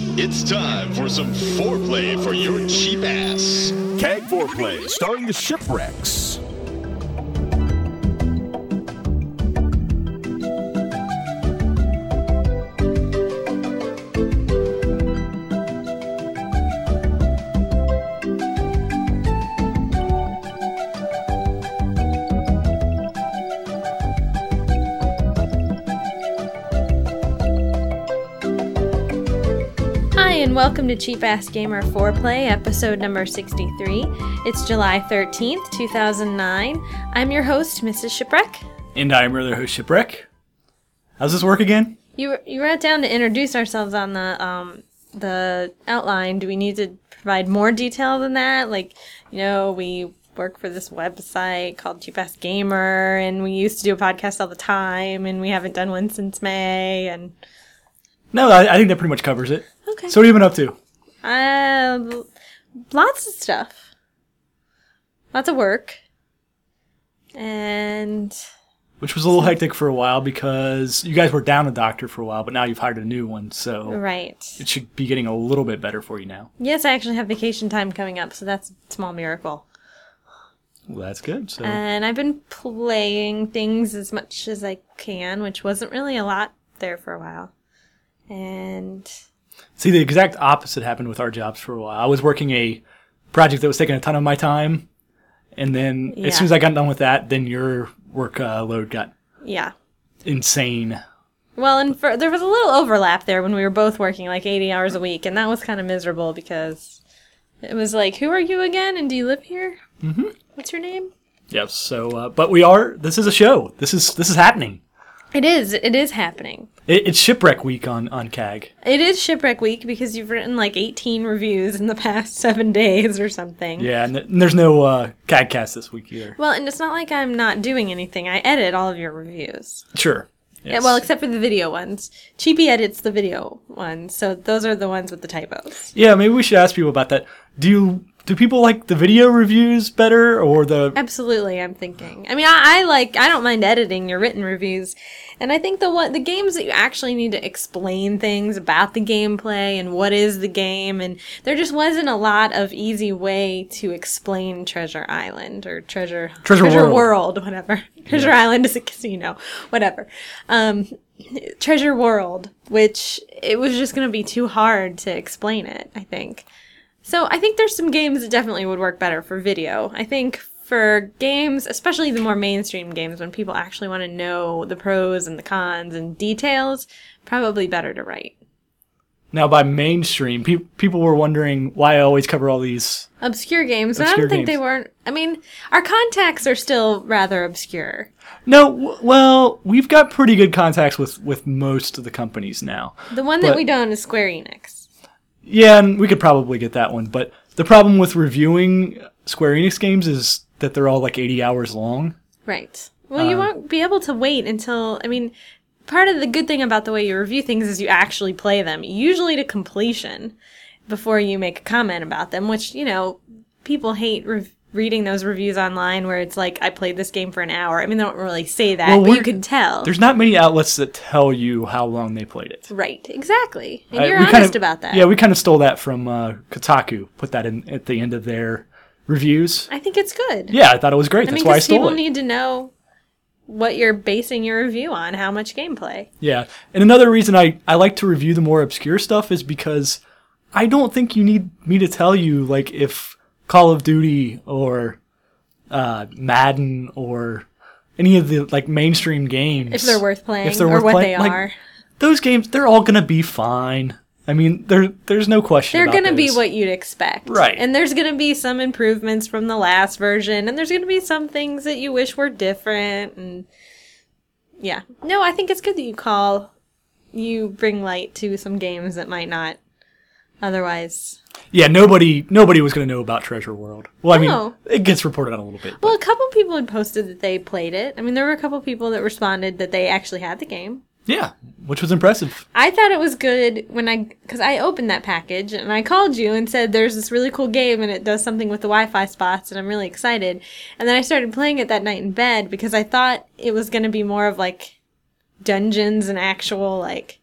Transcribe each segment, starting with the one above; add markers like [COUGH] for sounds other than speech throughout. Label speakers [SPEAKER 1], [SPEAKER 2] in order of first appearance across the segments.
[SPEAKER 1] It's time for some foreplay for your cheap ass.
[SPEAKER 2] Keg Foreplay, starring the Shipwrecks.
[SPEAKER 3] Hi, and welcome to Cheap Ass Gamer Foreplay, episode number 63. It's July 13th, 2009. I'm your host, Mrs. Shipwreck.
[SPEAKER 4] And I'm your other host, Shipwreck. How's this work again?
[SPEAKER 3] You, you wrote down to introduce ourselves on the, um, the outline. Do we need to provide more detail than that? Like, you know, we work for this website called Cheap Ass Gamer, and we used to do a podcast all the time, and we haven't done one since May, and
[SPEAKER 4] No, I, I think that pretty much covers it.
[SPEAKER 3] Okay.
[SPEAKER 4] So what have you been up to?
[SPEAKER 3] Uh, l- lots of stuff. Lots of work. And
[SPEAKER 4] Which was a little hectic for a while because you guys were down a doctor for a while, but now you've hired a new one, so
[SPEAKER 3] right.
[SPEAKER 4] it should be getting a little bit better for you now.
[SPEAKER 3] Yes, I actually have vacation time coming up, so that's a small miracle.
[SPEAKER 4] Well, that's good. So
[SPEAKER 3] And I've been playing things as much as I can, which wasn't really a lot there for a while. And
[SPEAKER 4] see, the exact opposite happened with our jobs for a while. I was working a project that was taking a ton of my time, and then
[SPEAKER 3] Yeah.
[SPEAKER 4] as soon as I got done with that, then your work uh, load got
[SPEAKER 3] yeah.
[SPEAKER 4] insane.
[SPEAKER 3] Well, and for, there was a little overlap there when we were both working like 80 hours a week, and that was kind of miserable because it was like, who are you again, and do you live here? Mm-hmm. What's your name?
[SPEAKER 4] Yes. So, uh, but we are. This is a show. This is this is happening.
[SPEAKER 3] It is. It is happening.
[SPEAKER 4] It, it's shipwreck week on on CAG.
[SPEAKER 3] It is Shipwreck Week because you've written like 18 reviews in the past [LAUGHS] seven days or something.
[SPEAKER 4] Yeah, and, th- and there's no uh, CAGcast this week either.
[SPEAKER 3] Well, and it's not like I'm not doing anything. I edit all of your reviews.
[SPEAKER 4] Sure.
[SPEAKER 3] Yeah,
[SPEAKER 4] Yes.
[SPEAKER 3] well, except for the video ones. Cheapy edits the video ones, so those are the ones with the typos.
[SPEAKER 4] yeah, maybe we should ask people about that. Do you do people like the video reviews better or the?
[SPEAKER 3] Absolutely, I'm thinking. I mean, I, I like. I don't mind editing your written reviews, and I think the one the games that you actually need to explain things about the gameplay and what is the game, and there just wasn't a lot of easy way to explain Treasure Island or Treasure
[SPEAKER 4] Treasure World.
[SPEAKER 3] World, whatever. [LAUGHS] Treasure Island is a casino, whatever. Um, Treasure World, which it was just going to be too hard to explain it. I think. So I think there's some games that definitely would work better for video. I think for games, especially the more mainstream games, when people actually want to know the pros and the cons and details, probably better to write.
[SPEAKER 4] Now by mainstream, pe- people were wondering why I always cover all these.
[SPEAKER 3] Obscure games, but I
[SPEAKER 4] Obscure
[SPEAKER 3] don't think
[SPEAKER 4] games.
[SPEAKER 3] they weren't. I mean, our contacts are still rather obscure.
[SPEAKER 4] No, w- well, we've got pretty good contacts with with most of the companies now.
[SPEAKER 3] The one that
[SPEAKER 4] But-
[SPEAKER 3] we don't is Square Enix.
[SPEAKER 4] Yeah, and we could probably get that one. But the problem with reviewing Square Enix games is that they're all like 80 hours long.
[SPEAKER 3] Right. Well, you
[SPEAKER 4] Um,
[SPEAKER 3] won't be able to wait until. I mean, part of the good thing about the way you review things is you actually play them, usually to completion, before you make a comment about them, which, you know, people hate rev reading those reviews online where it's like, I played this game for an hour. I mean, they don't really say that,
[SPEAKER 4] Well,
[SPEAKER 3] but you
[SPEAKER 4] we're-
[SPEAKER 3] can tell.
[SPEAKER 4] There's not many outlets that tell you how long they played it.
[SPEAKER 3] Right, exactly. And
[SPEAKER 4] I-
[SPEAKER 3] you're
[SPEAKER 4] Uh, we
[SPEAKER 3] honest
[SPEAKER 4] kind of-
[SPEAKER 3] about that.
[SPEAKER 4] Yeah, we kind of stole that from uh, Kotaku. Put that in at the end of their reviews.
[SPEAKER 3] I think it's good.
[SPEAKER 4] Yeah, I thought it was great.
[SPEAKER 3] I
[SPEAKER 4] That's
[SPEAKER 3] mean,
[SPEAKER 4] why I
[SPEAKER 3] because
[SPEAKER 4] stole
[SPEAKER 3] people
[SPEAKER 4] it.
[SPEAKER 3] need to know what you're basing your review on, how much gameplay.
[SPEAKER 4] yeah, and another reason I I like to review the more obscure stuff is because I don't think you need me to tell you like if Call of Duty or uh, Madden or any of the like mainstream games
[SPEAKER 3] If they're worth playing
[SPEAKER 4] if they're
[SPEAKER 3] or
[SPEAKER 4] worth
[SPEAKER 3] what
[SPEAKER 4] playing,
[SPEAKER 3] they
[SPEAKER 4] like,
[SPEAKER 3] are.
[SPEAKER 4] those games they're all gonna be fine. I mean, there there's no question.
[SPEAKER 3] They're
[SPEAKER 4] about
[SPEAKER 3] going to be
[SPEAKER 4] those.
[SPEAKER 3] what you'd expect.
[SPEAKER 4] Right.
[SPEAKER 3] And there's going to be some improvements from the last version, and there's going to be some things that you wish were different. And yeah. No, I think it's good that you call, you bring light to some games that might not otherwise.
[SPEAKER 4] Yeah, nobody nobody was going to know about Treasure World. Well, I
[SPEAKER 3] No.
[SPEAKER 4] mean, it gets reported on a little bit. but-
[SPEAKER 3] Well, a couple people had posted that they played it. I mean, there were a couple people that responded that they actually had the game.
[SPEAKER 4] yeah, which was impressive.
[SPEAKER 3] I thought it was good when I, because I opened that package and I called you and said there's this really cool game and it does something with the Wi Fi spots and I'm really excited. And then I started playing it that night in bed because I thought it was going to be more of like dungeons and actual like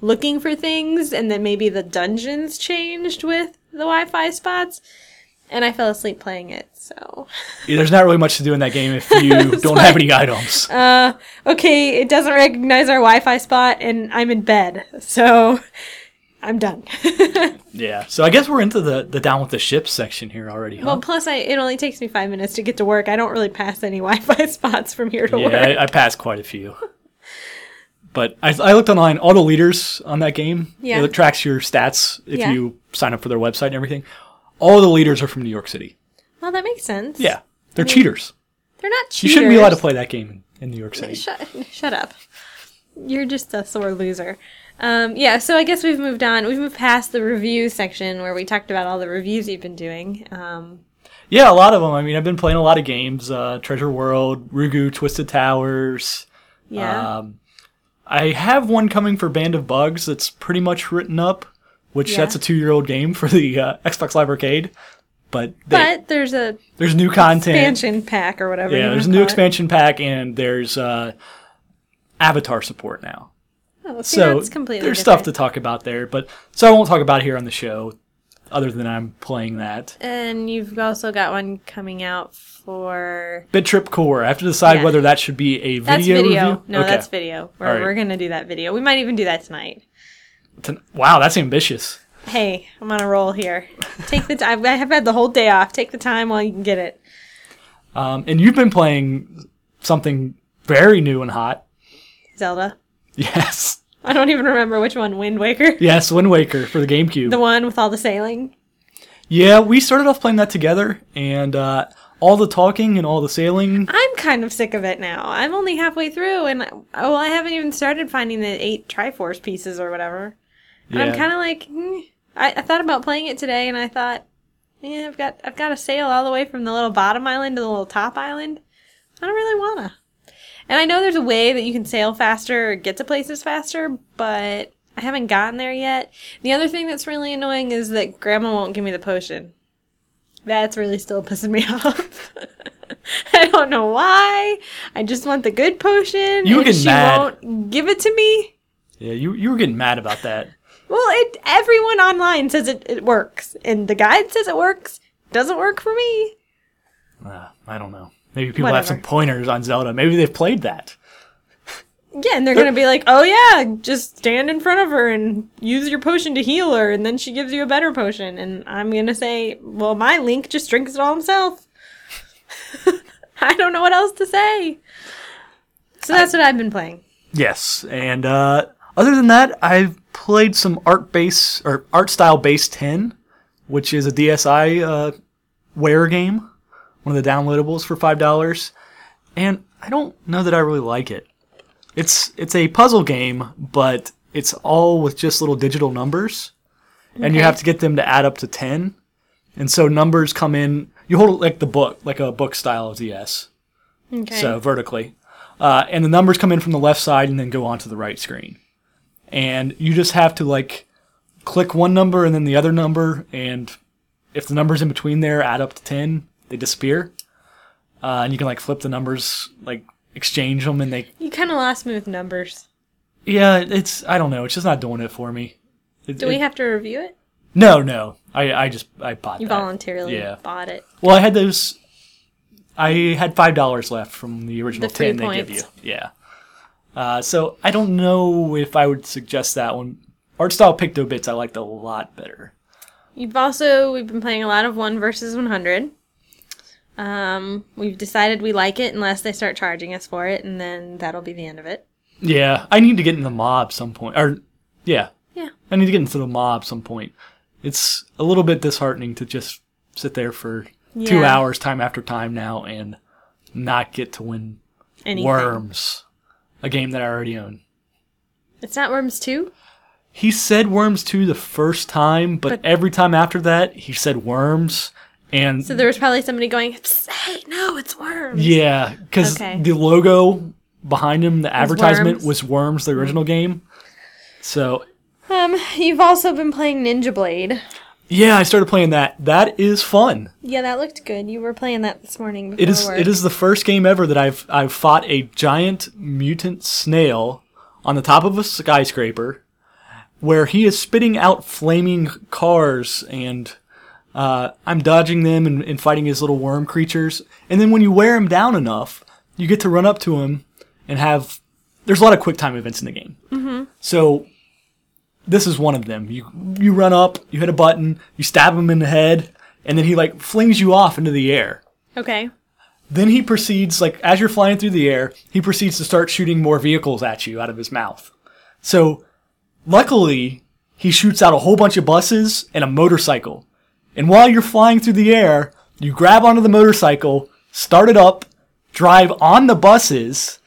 [SPEAKER 3] looking for things, and then maybe the dungeons changed with the Wi-Fi spots, and I fell asleep playing it. So [LAUGHS]
[SPEAKER 4] Yeah, There's not really much to do in that game if you don't have any
[SPEAKER 3] [LAUGHS]
[SPEAKER 4] items.
[SPEAKER 3] Uh, okay, it doesn't recognize our Wi-Fi spot, and I'm in bed, so [LAUGHS] I'm done. [LAUGHS]
[SPEAKER 4] yeah. So I guess we're into the, the down with the ship section here already. Huh?
[SPEAKER 3] well, plus I it only takes me five minutes to get to work. I don't really pass any [LAUGHS] Wi-Fi spots from here to
[SPEAKER 4] yeah,
[SPEAKER 3] work.
[SPEAKER 4] I, I passed quite a few. But I, I looked online. Auto leaders on that game.
[SPEAKER 3] Yeah.
[SPEAKER 4] It tracks your stats if
[SPEAKER 3] Yeah.
[SPEAKER 4] you sign up for their website and everything. All the leaders are from New York City.
[SPEAKER 3] Well, that makes sense.
[SPEAKER 4] Yeah. They're cheaters.
[SPEAKER 3] they're not cheaters.
[SPEAKER 4] You shouldn't be allowed to play that game in, in New York City.
[SPEAKER 3] Shut, shut up. You're just a sore loser. Um, yeah, so I guess we've moved on. We've moved past the review section where we talked about all the reviews you've been doing. Um,
[SPEAKER 4] Yeah, a lot of them. I mean, I've been playing a lot of games. Uh, Treasure World, Rugu, Twisted Towers.
[SPEAKER 3] yeah.
[SPEAKER 4] Um, I have one coming for Band of Bugs that's pretty much written up, which
[SPEAKER 3] Yeah.
[SPEAKER 4] that's a two-year-old game for the uh, Xbox Live Arcade. But, they,
[SPEAKER 3] but there's a
[SPEAKER 4] there's new content.
[SPEAKER 3] expansion pack or whatever. you
[SPEAKER 4] Yeah,
[SPEAKER 3] wanna
[SPEAKER 4] there's a new
[SPEAKER 3] call it.
[SPEAKER 4] expansion pack, and there's uh, avatar support now.
[SPEAKER 3] Oh, see,
[SPEAKER 4] So
[SPEAKER 3] that's completely
[SPEAKER 4] there's stuff to
[SPEAKER 3] different.
[SPEAKER 4] talk about there, but so I won't talk about it here on the show, other than I'm playing that.
[SPEAKER 3] And you've also got one coming out for
[SPEAKER 4] Bit Trip Core. I have to decide
[SPEAKER 3] Yeah.
[SPEAKER 4] whether that should be a video.
[SPEAKER 3] that's video.
[SPEAKER 4] Review?
[SPEAKER 3] No,
[SPEAKER 4] Okay.
[SPEAKER 3] that's video. We're,
[SPEAKER 4] All right.
[SPEAKER 3] we're gonna do that video. We might even do that tonight.
[SPEAKER 4] Ton- Wow, that's ambitious.
[SPEAKER 3] Hey, I'm on a roll here. Take the time. I have had the whole day off. Take the time while you can get it.
[SPEAKER 4] Um, and you've been playing something very new and hot. [LAUGHS]
[SPEAKER 3] Zelda.
[SPEAKER 4] Yes,
[SPEAKER 3] I don't even remember which one. Wind Waker.
[SPEAKER 4] yes, Wind Waker for the GameCube.
[SPEAKER 3] The one with all the sailing.
[SPEAKER 4] yeah, we started off playing that together, and uh, all the talking and all the sailing.
[SPEAKER 3] I'm kind of sick of it now. I'm only halfway through, and oh, well, I haven't even started finding the eight Triforce pieces or whatever. And I'm
[SPEAKER 4] Yeah.
[SPEAKER 3] kind of like, hmm. I, I thought about playing it today, and I thought, yeah, I've got I've got to sail all the way from the little bottom island to the little top island. I don't really wanna. And I know there's a way that you can sail faster or get to places faster, but I haven't gotten there yet. The other thing that's really annoying is that Grandma won't give me the potion. That's really still [LAUGHS] pissing me off. [LAUGHS] I don't know why. I just want the good potion.
[SPEAKER 4] You
[SPEAKER 3] and
[SPEAKER 4] get
[SPEAKER 3] she
[SPEAKER 4] mad.
[SPEAKER 3] won't give it to me.
[SPEAKER 4] Yeah, you you were getting mad about that.
[SPEAKER 3] Well, it everyone online says it, it works, and the guide says it works. Doesn't work for me.
[SPEAKER 4] Uh, I don't know. Maybe people have
[SPEAKER 3] Whatever.
[SPEAKER 4] some pointers on Zelda. Maybe they've played that.
[SPEAKER 3] Yeah, and they're gonna be like, "Oh yeah, just stand in front of her and use your potion to heal her, and then she gives you a better potion." And I'm gonna say, "Well, my Link just drinks it all himself." [LAUGHS] I don't know what else to say. So that's what I've been playing.
[SPEAKER 4] Yes, and uh, other than that, I've played some art base or art style base ten, which is a DSI uh, wear game, one of the downloadables for five dollars, and I don't know that I really like it. It's it's a puzzle game, but it's all with just little digital numbers, and you have to get them to add up to ten, and so numbers come in. You hold it like the book, like a book style DS
[SPEAKER 3] Okay.
[SPEAKER 4] so vertically. Uh, and the numbers come in from the left side and then go onto the right screen. And you just have to like click one number and then the other number, and if the numbers in between there add up to ten, they disappear. Uh, and you can like flip the numbers, like exchange them, and they
[SPEAKER 3] you kind of lost me with numbers.
[SPEAKER 4] yeah, it's I don't know, it's just not doing it for me. It-
[SPEAKER 3] Do we
[SPEAKER 4] it-
[SPEAKER 3] have to review it?
[SPEAKER 4] no no? I I just I bought
[SPEAKER 3] You
[SPEAKER 4] that.
[SPEAKER 3] voluntarily
[SPEAKER 4] Uh, yeah.
[SPEAKER 3] bought it.
[SPEAKER 4] Well, I had those. I had five dollars left from the original
[SPEAKER 3] The free
[SPEAKER 4] ten they give you.
[SPEAKER 3] points.
[SPEAKER 4] Yeah. Uh, so I don't know if I would suggest that one. Art style Picto Bits I liked a lot better.
[SPEAKER 3] You've also we've been playing a lot of one versus one hundred. Um, we've decided we like it unless they start charging us for it, and then that'll be the end of it.
[SPEAKER 4] Yeah, I need to get in the mob some point. Or yeah,
[SPEAKER 3] Yeah.
[SPEAKER 4] I need to get into the mob some point. It's a little bit disheartening to just sit there for two
[SPEAKER 3] Yeah.
[SPEAKER 4] hours, time after time now, and not get to win
[SPEAKER 3] Anything.
[SPEAKER 4] Worms, a game that I already own.
[SPEAKER 3] It's not worms two.
[SPEAKER 4] He said worms two the first time, but,
[SPEAKER 3] But-
[SPEAKER 4] every time after that, he said worms. And
[SPEAKER 3] So there was probably somebody going, "Psst, "Hey, no, it's worms."
[SPEAKER 4] yeah, because
[SPEAKER 3] Okay.
[SPEAKER 4] the logo behind him, the advertisement
[SPEAKER 3] worms.
[SPEAKER 4] was worms, the original game. So
[SPEAKER 3] Um, you've also been playing Ninja Blade.
[SPEAKER 4] yeah, I started playing that. That is fun.
[SPEAKER 3] Yeah, that looked good. You were playing that this morning. Before
[SPEAKER 4] It is.
[SPEAKER 3] Work.
[SPEAKER 4] It is the first game ever that I've I've fought a giant mutant snail on the top of a skyscraper, where he is spitting out flaming cars and uh, I'm dodging them and, and fighting his little worm creatures. And then when you wear him down enough, you get to run up to him and have. There's a lot of quick time events in the game. Mm-hmm. So this is one of them. You you run up, you hit a button, you stab him in the head, and then he like flings you off into the air.
[SPEAKER 3] Okay.
[SPEAKER 4] Then he proceeds, like, as you're flying through the air, he proceeds to start shooting more vehicles at you out of his mouth. So, luckily, he shoots out a whole bunch of buses and a motorcycle. And while you're flying through the air, you grab onto the motorcycle, start it up, drive on the buses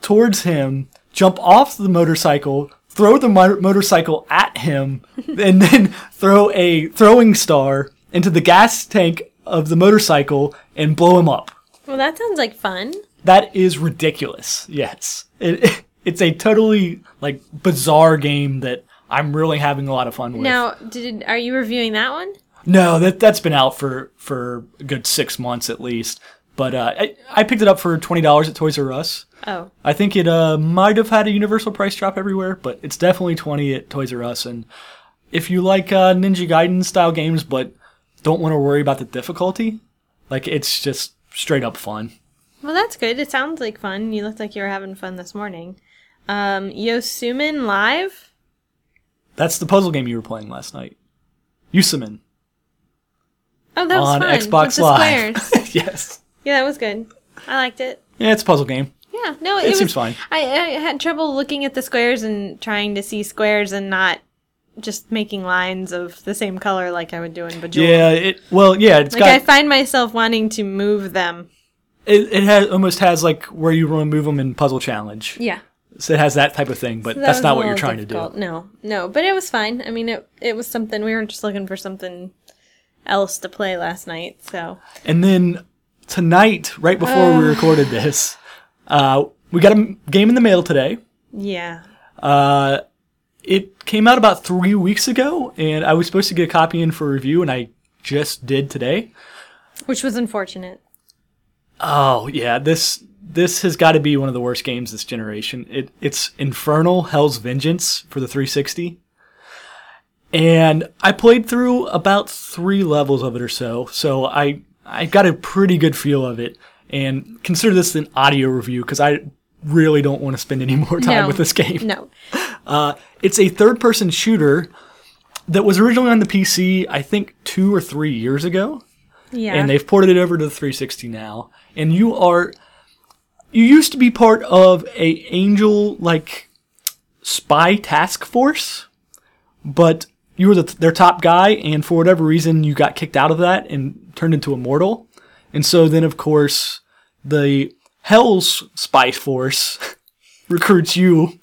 [SPEAKER 4] towards him, jump off the motorcycle, throw the mo- motorcycle at him, [LAUGHS] and then throw a throwing star into the gas tank of the motorcycle and blow him up.
[SPEAKER 3] Well, that sounds like fun.
[SPEAKER 4] That is ridiculous. Yes. It, [LAUGHS] it's a totally like bizarre game that I'm really having a lot of fun with.
[SPEAKER 3] Now, did are you reviewing that one?
[SPEAKER 4] No, that that's been out for for a good 6 months at least. But uh, I, I picked it up for $20 at Toys R Us.
[SPEAKER 3] Oh,
[SPEAKER 4] I think it uh, might have had a universal price drop everywhere, but it's definitely 20 at Toys R Us. And if you like uh, Ninja Gaiden style games, but don't want to worry about the difficulty, like it's just straight up fun.
[SPEAKER 3] well, that's good. It sounds like fun. You looked like you were having fun this morning. Um, Yosumin Live.
[SPEAKER 4] That's the puzzle game you were playing last night. Usamin.
[SPEAKER 3] Oh, that was
[SPEAKER 4] On
[SPEAKER 3] fun.
[SPEAKER 4] Xbox
[SPEAKER 3] With the
[SPEAKER 4] Live. [LAUGHS]
[SPEAKER 3] squares.
[SPEAKER 4] yes.
[SPEAKER 3] yeah, that was good. I liked it.
[SPEAKER 4] Yeah, it's a puzzle game.
[SPEAKER 3] Yeah, no, it,
[SPEAKER 4] It
[SPEAKER 3] was,
[SPEAKER 4] seems fine.
[SPEAKER 3] I, I had trouble looking at the squares and trying to see squares and not just making lines of the same color like I would do in Bejeweled.
[SPEAKER 4] Yeah, it well, yeah, it's
[SPEAKER 3] like
[SPEAKER 4] got
[SPEAKER 3] I find myself wanting to move them.
[SPEAKER 4] it, it has almost has like where you want to move them in Puzzle Challenge.
[SPEAKER 3] Yeah,
[SPEAKER 4] So it has that type of thing, but that's not what you're trying to do.
[SPEAKER 3] No, no, but it was fine. I mean, it it was something. We were just looking for something else to play last night. So
[SPEAKER 4] And then tonight, right before we recorded this, uh, we got a m- game in the mail today.
[SPEAKER 3] yeah,
[SPEAKER 4] It came out about three weeks ago, and I was supposed to get a copy in for review, and I just did today.
[SPEAKER 3] which was unfortunate.
[SPEAKER 4] Oh yeah, this this has got to be one of the worst games this generation. It it's Infernal Hell's Vengeance for the 360. And I played through about 3 levels of it or so. So I I got a pretty good feel of it and consider this an audio review cuz I really don't want to spend any [LAUGHS] more time
[SPEAKER 3] No.
[SPEAKER 4] with this game.
[SPEAKER 3] No,
[SPEAKER 4] It's a third-person shooter that was originally on the PC I think 2 or 3 years ago
[SPEAKER 3] yeah,
[SPEAKER 4] and they've ported it over to the 360 now. And you are, you used to be part of a angel like spy task force, but you were the, their top guy, and for whatever reason, you got kicked out of that and turned into a mortal. And so then, of course, the Hell's spy force [LAUGHS] recruits you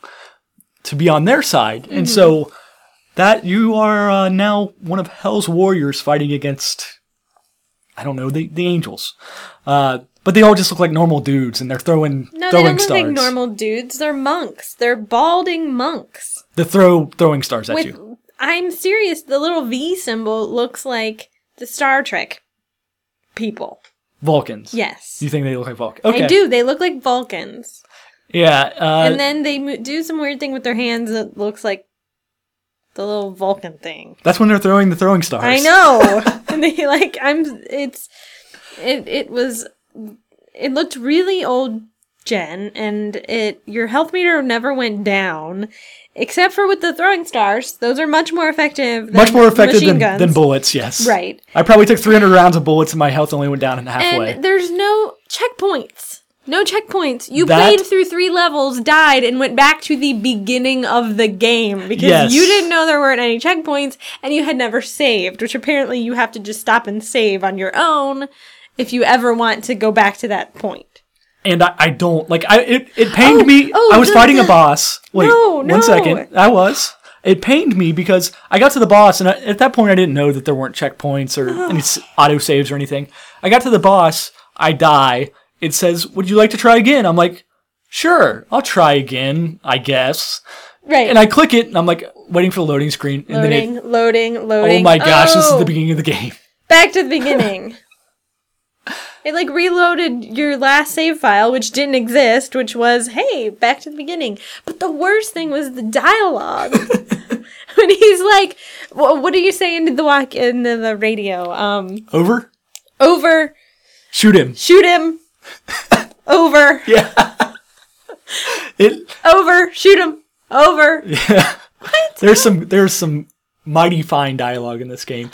[SPEAKER 4] to be on their side,
[SPEAKER 3] Mm-hmm.
[SPEAKER 4] and so. That you are uh, now one of Hell's warriors fighting against I don't know, the, the angels. Uh, but they all just look like normal dudes and they're throwing
[SPEAKER 3] no, they
[SPEAKER 4] throwing
[SPEAKER 3] don't look
[SPEAKER 4] stars.
[SPEAKER 3] like normal dudes. They're monks. They're balding monks.
[SPEAKER 4] They throw throwing stars at
[SPEAKER 3] with
[SPEAKER 4] you.
[SPEAKER 3] I'm serious, the little V symbol looks like the Star Trek people.
[SPEAKER 4] Vulcans.
[SPEAKER 3] Yes.
[SPEAKER 4] You think they look like Vulcans? Okay.
[SPEAKER 3] They do. They look like Vulcans.
[SPEAKER 4] Yeah. Uh,
[SPEAKER 3] and then they mo- do some weird thing with their hands that looks like the little Vulcan thing.
[SPEAKER 4] that's when they're throwing the throwing stars.
[SPEAKER 3] I know.
[SPEAKER 4] [LAUGHS]
[SPEAKER 3] [LAUGHS] and they like I'm it's it it was it looked really old Jen and it your health meter never went down except for with the throwing stars. Those are much more effective than
[SPEAKER 4] Much more effective
[SPEAKER 3] machine
[SPEAKER 4] than,
[SPEAKER 3] guns.
[SPEAKER 4] than bullets, yes.
[SPEAKER 3] Right.
[SPEAKER 4] I probably took 300 rounds of bullets and my health only went down halfway.
[SPEAKER 3] And there's no checkpoints. No checkpoints. You
[SPEAKER 4] That-
[SPEAKER 3] played through three levels, died, and went back to the beginning of the game because
[SPEAKER 4] Yes.
[SPEAKER 3] you didn't know there weren't any checkpoints and you had never saved, which apparently you have to just stop and save on your own if you ever want to go back to that point.
[SPEAKER 4] and I, I don't like I it, it pained
[SPEAKER 3] Oh,
[SPEAKER 4] me.
[SPEAKER 3] oh,
[SPEAKER 4] I was
[SPEAKER 3] the-
[SPEAKER 4] fighting a
[SPEAKER 3] the-
[SPEAKER 4] boss. Wait,
[SPEAKER 3] No,
[SPEAKER 4] one
[SPEAKER 3] no.
[SPEAKER 4] second. I was. It pained me because I got to the boss, and I, at that point, I didn't know that there weren't checkpoints or
[SPEAKER 3] Oh.
[SPEAKER 4] any s- auto saves or anything. I got to the boss. I die. It says, "Would you like to try again?" I'm like, "Sure, I'll try again, I guess."
[SPEAKER 3] Right.
[SPEAKER 4] And I click it, and I'm like waiting for the loading screen, and
[SPEAKER 3] loading,
[SPEAKER 4] then it.
[SPEAKER 3] loading, loading.
[SPEAKER 4] Oh my gosh, this is
[SPEAKER 3] Oh,
[SPEAKER 4] the beginning of the game.
[SPEAKER 3] Back to the beginning. It like reloaded your last save file, which didn't exist, which was, hey, back to the beginning. But the worst thing was the dialogue. when he's like, "Wha- "What are you saying to the walk in the, the radio? Um,
[SPEAKER 4] Over.
[SPEAKER 3] over,
[SPEAKER 4] Shoot him. [LAUGHS]
[SPEAKER 3] shoot him, over,
[SPEAKER 4] It.
[SPEAKER 3] over, shoot him, over."
[SPEAKER 4] There's some. There's some mighty fine dialogue in this game.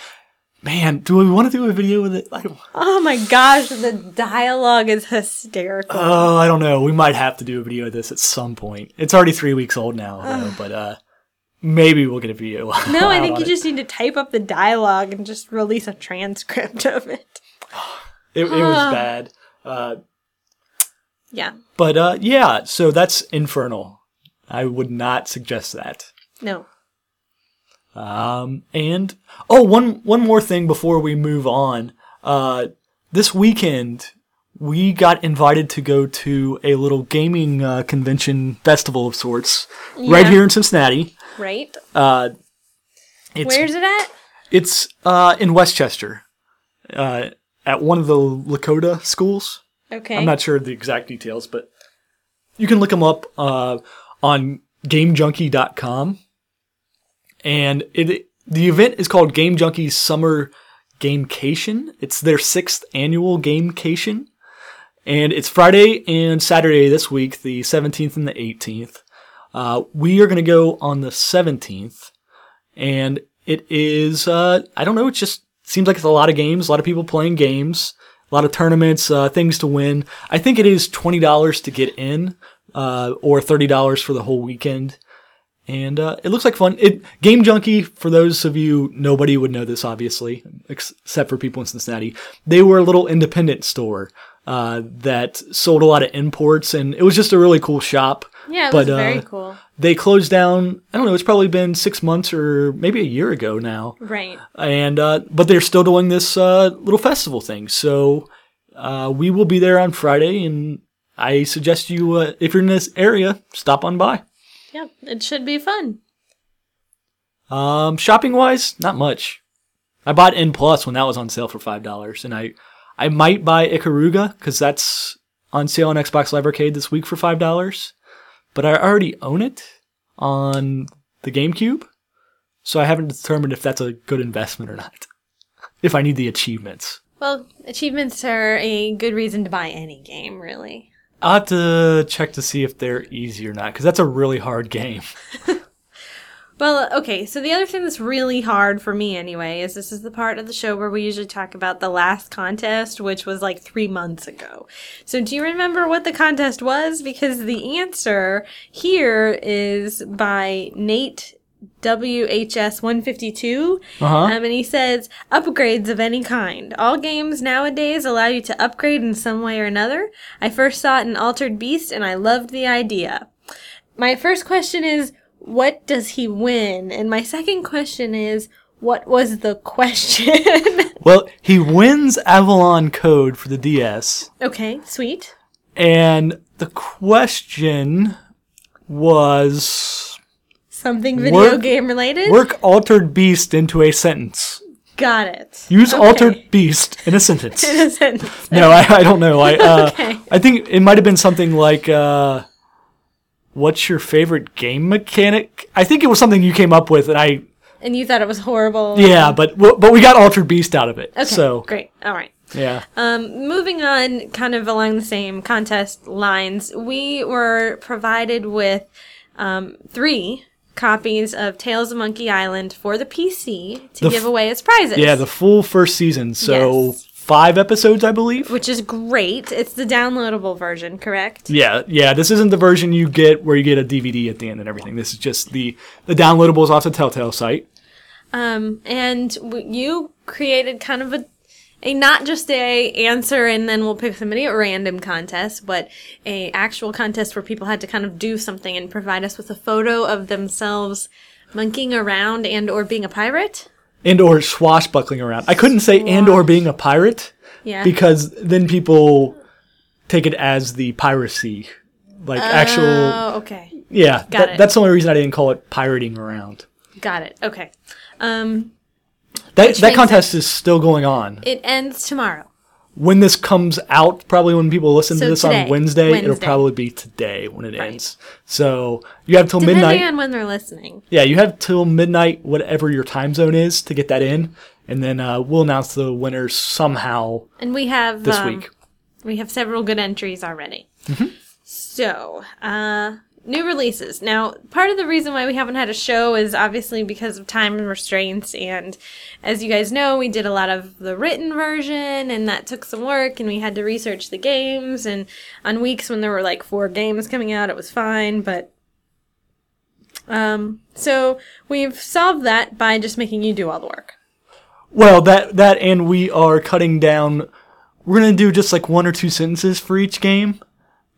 [SPEAKER 4] Man, do we want to do a video with it? I don't,
[SPEAKER 3] Oh my gosh, the dialogue is hysterical.
[SPEAKER 4] oh, I don't know. We might have to do a video of this at some point. It's already three weeks old now, though, but uh, maybe we'll get a video.
[SPEAKER 3] Ah.
[SPEAKER 4] [LAUGHS]
[SPEAKER 3] no, I
[SPEAKER 4] out
[SPEAKER 3] think
[SPEAKER 4] on
[SPEAKER 3] you
[SPEAKER 4] it.
[SPEAKER 3] just need to type up the dialogue and just release a transcript of it.
[SPEAKER 4] It, it
[SPEAKER 3] ah.
[SPEAKER 4] was bad. Uh,
[SPEAKER 3] Yeah.
[SPEAKER 4] but uh, yeah, so that's Infernal. I would not suggest that.
[SPEAKER 3] No.
[SPEAKER 4] Um, and oh, one one more thing before we move on. Uh, this weekend we got invited to go to a little gaming uh, convention festival of sorts right
[SPEAKER 3] Yeah.
[SPEAKER 4] here in Cincinnati.
[SPEAKER 3] Right?
[SPEAKER 4] Uh, it's
[SPEAKER 3] Where's it at?
[SPEAKER 4] it's uh, in Westchester, uh, at one of the Lakota schools.
[SPEAKER 3] Okay.
[SPEAKER 4] I'm not sure the exact details, but you can look them up uh, on GameJunkie.com. And it the event is called Game Junkie's Summer Gamecation. It's their sixth annual Gamecation, and it's Friday and Saturday this week, the 17th and the 18th. Uh, we are going to go on the 17th, and it is uh, I don't know. It just seems like it's a lot of games, a lot of people playing games a lot of tournaments, uh, things to win. I think it is twenty dollars to get in, uh, or thirty dollars for the whole weekend. And uh, it looks like fun. It Game Junkie for those of you nobody would know this obviously, ex- except for people in Cincinnati. They were a little independent store uh, that sold a lot of imports, and it was just a really cool shop.
[SPEAKER 3] yeah, it
[SPEAKER 4] but,
[SPEAKER 3] was very
[SPEAKER 4] uh,
[SPEAKER 3] cool.
[SPEAKER 4] They closed down. I don't know. It's probably been six months or maybe a year ago now
[SPEAKER 3] Right.
[SPEAKER 4] and uh, but they're still doing this uh, little festival thing. So uh, we will be there on Friday, and I suggest you, uh, if you're in this area, stop on by.
[SPEAKER 3] Yeah, it should be fun.
[SPEAKER 4] Um, shopping wise, not much. I bought N Plus when that was on sale for five dollars, and I I might buy Ikaruga because that's on sale on Xbox Live Arcade this week for five dollars, but I already own it on the GameCube, so I haven't determined if that's a good investment or not. [LAUGHS] If I need the achievements.
[SPEAKER 3] Well, achievements are a good reason to buy any game, really.
[SPEAKER 4] I'll have to check to see if they're easy or not, because that's a really hard game.
[SPEAKER 3] Well, uh, okay, so the other thing that's really hard for me anyway is this is the part of the show where we usually talk about the last contest, which was like three months ago. So, do you remember what the contest was? Because the answer here is by Nate WHS152.
[SPEAKER 4] Uh-huh.
[SPEAKER 3] Um, and he says, upgrades of any kind. All games nowadays allow you to upgrade in some way or another. I first saw it in Altered Beast and I loved the idea my first question is what does he win and my second question is what was the question [LAUGHS]
[SPEAKER 4] Well, he wins Avalon Code for the DS,
[SPEAKER 3] okay sweet
[SPEAKER 4] and the question was
[SPEAKER 3] something video
[SPEAKER 4] Work-
[SPEAKER 3] game related
[SPEAKER 4] work altered beast into a sentence.
[SPEAKER 3] got it [LAUGHS]
[SPEAKER 4] Use
[SPEAKER 3] Okay.
[SPEAKER 4] altered beast in a
[SPEAKER 3] [LAUGHS]
[SPEAKER 4] sentence.
[SPEAKER 3] Sentence.
[SPEAKER 4] no, I, I don't know. I uh,
[SPEAKER 3] Okay.
[SPEAKER 4] I think it might have been something like uh, what's your favorite game mechanic? I think it was something you came up with, and I
[SPEAKER 3] and you thought it was horrible
[SPEAKER 4] yeah, but but we got altered beast out of it.
[SPEAKER 3] okay
[SPEAKER 4] so
[SPEAKER 3] great all right
[SPEAKER 4] Yeah.
[SPEAKER 3] Um, moving on, kind of along the same contest lines, we were provided with um, three copies of Tales of Monkey Island for the PC to
[SPEAKER 4] The
[SPEAKER 3] give
[SPEAKER 4] f-
[SPEAKER 3] away as prizes.
[SPEAKER 4] yeah, the full first season. So
[SPEAKER 3] Yes.
[SPEAKER 4] five episodes, I believe.
[SPEAKER 3] which is great. It's the downloadable version, correct?
[SPEAKER 4] Yeah, yeah. This isn't the version you get where you get a DVD at the end and everything. This is just the the downloadables off the Telltale site.
[SPEAKER 3] Um, and w- you created kind of a a not just a answer and then we'll pick somebody at random contest, but a actual contest where people had to kind of do something and provide us with a photo of themselves monkeying around and or being a pirate.
[SPEAKER 4] And or swashbuckling around. I couldn't say and or being a pirate
[SPEAKER 3] Yeah.
[SPEAKER 4] because then people take it as the piracy, like actual.
[SPEAKER 3] Oh, okay.
[SPEAKER 4] Yeah, that-
[SPEAKER 3] it.
[SPEAKER 4] that's the only reason I didn't call it pirating around.
[SPEAKER 3] Got it. Okay. Um,
[SPEAKER 4] That that
[SPEAKER 3] makes
[SPEAKER 4] contest is still going on.
[SPEAKER 3] it ends tomorrow.
[SPEAKER 4] when this comes out, probably when people listen
[SPEAKER 3] So
[SPEAKER 4] to this
[SPEAKER 3] today.
[SPEAKER 4] on Wednesday, it'll
[SPEAKER 3] Wednesday.
[SPEAKER 4] probably be today when it ends. So you have till
[SPEAKER 3] Depending
[SPEAKER 4] midnight.
[SPEAKER 3] on when they're listening.
[SPEAKER 4] yeah, you have till midnight, whatever your time zone is, to get that in, and then uh, we'll announce the winners somehow
[SPEAKER 3] And we have
[SPEAKER 4] this
[SPEAKER 3] um,
[SPEAKER 4] week.
[SPEAKER 3] We have several good entries already. So, uh, new releases. Now, part of the reason why we haven't had a show is obviously because of time restraints. And as you guys know, we did a lot of the written version, and that took some work, and we had to research the games. And on weeks when there were like four games coming out, it was fine. But um, so we've solved that by just making you do all the work.
[SPEAKER 4] Well, that that and we are cutting down. We're gonna do just like one or two sentences for each game,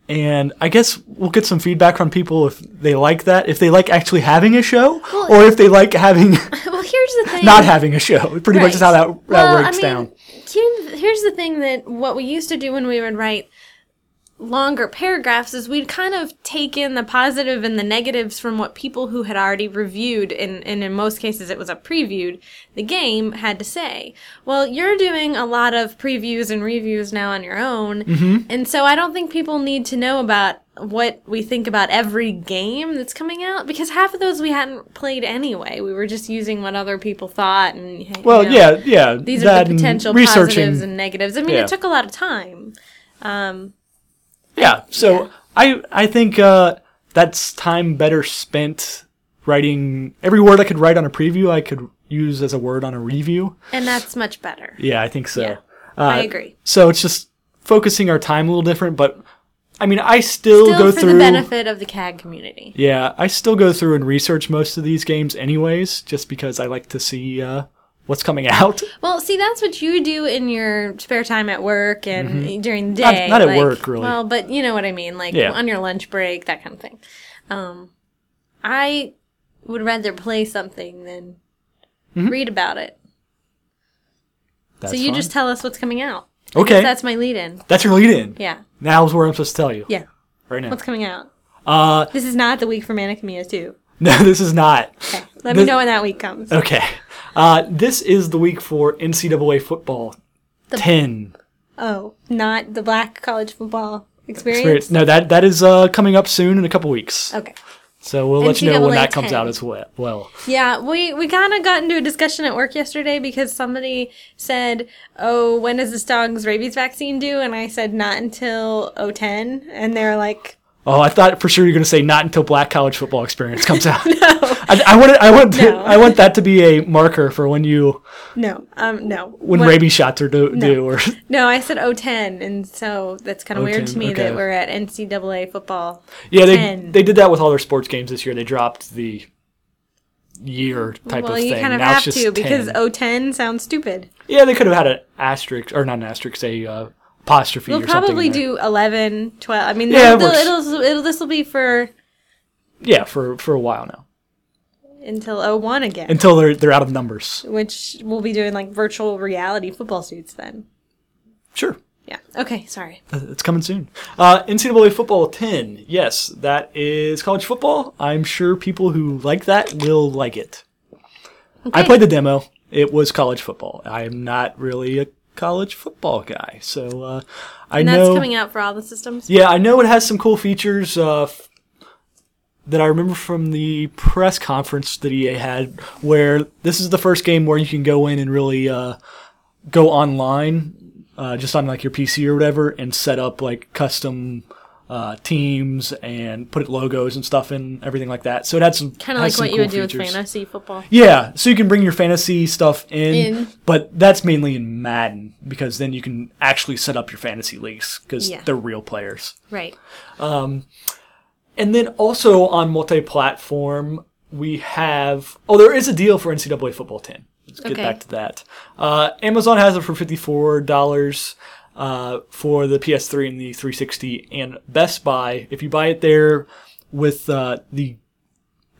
[SPEAKER 4] and I guess we'll get some feedback from people if they like that, if they like actually having a show, or if they like having
[SPEAKER 3] Well, here's the thing.
[SPEAKER 4] [LAUGHS] not having a show. Pretty much is how that, that
[SPEAKER 3] Well,
[SPEAKER 4] breaks down.
[SPEAKER 3] here- here's the thing that what we used to do when we would write longer paragraphs is we'd kind of take in the positive and the negatives from what people who had already reviewed and, and in most cases it was a previewed the game had to say well you're doing a lot of previews and reviews now on your own
[SPEAKER 4] Mm-hmm.
[SPEAKER 3] and so i don't think people need to know about what we think about every game that's coming out because half of those we hadn't played anyway we were just using what other people thought and you
[SPEAKER 4] Well,
[SPEAKER 3] know
[SPEAKER 4] yeah, yeah.
[SPEAKER 3] these
[SPEAKER 4] that
[SPEAKER 3] are the
[SPEAKER 4] and
[SPEAKER 3] potential positives and negatives. I mean,
[SPEAKER 4] Yeah.
[SPEAKER 3] it took a lot of time. Um,
[SPEAKER 4] Yeah. So I I think uh, that's time better spent writing every word I could write on a preview. I could use as a word on a review.
[SPEAKER 3] and that's much better.
[SPEAKER 4] Yeah, Uh, I think so.
[SPEAKER 3] Yeah. I agree.
[SPEAKER 4] So it's just focusing our time a little different, but I mean, I still,
[SPEAKER 3] Still
[SPEAKER 4] go
[SPEAKER 3] for
[SPEAKER 4] through.
[SPEAKER 3] the benefit of the CAG community.
[SPEAKER 4] Yeah, I still go through and research most of these games, anyways, just because I like to see uh, what's coming [LAUGHS] out.
[SPEAKER 3] Well, see, that's what you do in your spare time at work and during the
[SPEAKER 4] Mm-hmm. Not-
[SPEAKER 3] day.
[SPEAKER 4] not at
[SPEAKER 3] like-
[SPEAKER 4] work, really.
[SPEAKER 3] Well, but you know what I mean, like
[SPEAKER 4] Yeah.
[SPEAKER 3] on your lunch break, that kind of thing. Um, I would rather play something than read about it.
[SPEAKER 4] Mm-hmm. That's
[SPEAKER 3] So you
[SPEAKER 4] fine.
[SPEAKER 3] just tell us what's coming out.
[SPEAKER 4] okay. That's,
[SPEAKER 3] That's my lead-in.
[SPEAKER 4] your lead-in.
[SPEAKER 3] Yeah,
[SPEAKER 4] Now's where I'm supposed to tell you.
[SPEAKER 3] yeah.
[SPEAKER 4] Right now.
[SPEAKER 3] What's coming out?
[SPEAKER 4] Uh,
[SPEAKER 3] This is not the week for Manicomia too.
[SPEAKER 4] [LAUGHS] no, this is not.
[SPEAKER 3] [LAUGHS] Let
[SPEAKER 4] This-
[SPEAKER 3] me know when that week comes.
[SPEAKER 4] Okay. Uh, this is the week for NCAA football. Ten.
[SPEAKER 3] Oh, not the black college football experience.
[SPEAKER 4] Experience. No, that that is uh, coming up soon in a couple weeks.
[SPEAKER 3] Okay.
[SPEAKER 4] So we'll let you know when
[SPEAKER 3] NCAA
[SPEAKER 4] that comes
[SPEAKER 3] 10.
[SPEAKER 4] out as we- well.
[SPEAKER 3] Yeah, we we kind of got into a discussion at work yesterday because somebody said, "Oh, when does this dog's rabies vaccine due?" And I said, "Not until 010." And they're like,
[SPEAKER 4] Oh, I thought for sure you were going to say not until Black College Football Experience
[SPEAKER 3] [LAUGHS]
[SPEAKER 4] comes out. I, I want it, I want
[SPEAKER 3] No.
[SPEAKER 4] [LAUGHS] I want that to be a marker for when you
[SPEAKER 3] "No, um, no."
[SPEAKER 4] when rabies shots are do,
[SPEAKER 3] No.
[SPEAKER 4] due or [LAUGHS]
[SPEAKER 3] No, I said 010, and so that's kind of weird
[SPEAKER 4] 010,
[SPEAKER 3] to me
[SPEAKER 4] okay.
[SPEAKER 3] that we're at NCAA football.
[SPEAKER 4] yeah they
[SPEAKER 3] 10.
[SPEAKER 4] they did that with all their sports games this year. They dropped the year type
[SPEAKER 3] well,
[SPEAKER 4] of thing.
[SPEAKER 3] you kind of
[SPEAKER 4] now
[SPEAKER 3] have
[SPEAKER 4] it's just
[SPEAKER 3] to because
[SPEAKER 4] 10.
[SPEAKER 3] 010 sounds stupid.
[SPEAKER 4] yeah, they could have had an asterisk or not an asterisk, a uh, apostrophe
[SPEAKER 3] We'll
[SPEAKER 4] or something. in
[SPEAKER 3] probably
[SPEAKER 4] there.
[SPEAKER 3] do 11, 12. I mean,
[SPEAKER 4] Yeah, it
[SPEAKER 3] they'll-
[SPEAKER 4] works.
[SPEAKER 3] it'll it'll this will be for
[SPEAKER 4] yeah for for a while now
[SPEAKER 3] until 01 again,
[SPEAKER 4] until they're they're out of numbers.
[SPEAKER 3] which we'll be doing like virtual reality football suits then.
[SPEAKER 4] Sure.
[SPEAKER 3] Yeah. Okay. Sorry.
[SPEAKER 4] It's coming soon. Uh, NCAA football 10. Yes, that is college football. I'm sure people who like that will like it. I played the demo. It was college football. I am not really a college football guy, so uh, I
[SPEAKER 3] And
[SPEAKER 4] know.
[SPEAKER 3] that's coming out for all the systems.
[SPEAKER 4] Yeah, I know it has some cool features uh, f- that I remember from the press conference that EA had, where this is the first game where you can go in and really uh, go online, uh, just on like your PC or whatever, and set up like custom uh, teams and put logos and stuff in, everything like that. So it had some
[SPEAKER 3] Kind of
[SPEAKER 4] has
[SPEAKER 3] like what
[SPEAKER 4] some
[SPEAKER 3] you
[SPEAKER 4] cool
[SPEAKER 3] would do
[SPEAKER 4] features.
[SPEAKER 3] with fantasy football.
[SPEAKER 4] Yeah, so you can bring your fantasy stuff in,
[SPEAKER 3] In.
[SPEAKER 4] but that's mainly in Madden because then you can actually set up your fantasy leagues because
[SPEAKER 3] Yeah.
[SPEAKER 4] they're real players.
[SPEAKER 3] Right.
[SPEAKER 4] And then also on multi-platform, we have oh, there is a deal for NCAA Football 10. Let's get
[SPEAKER 3] Okay.
[SPEAKER 4] back to that. Uh, Amazon has it for fifty-four dollars uh, for the PS3 and the 360, and Best Buy. If you buy it there with uh, the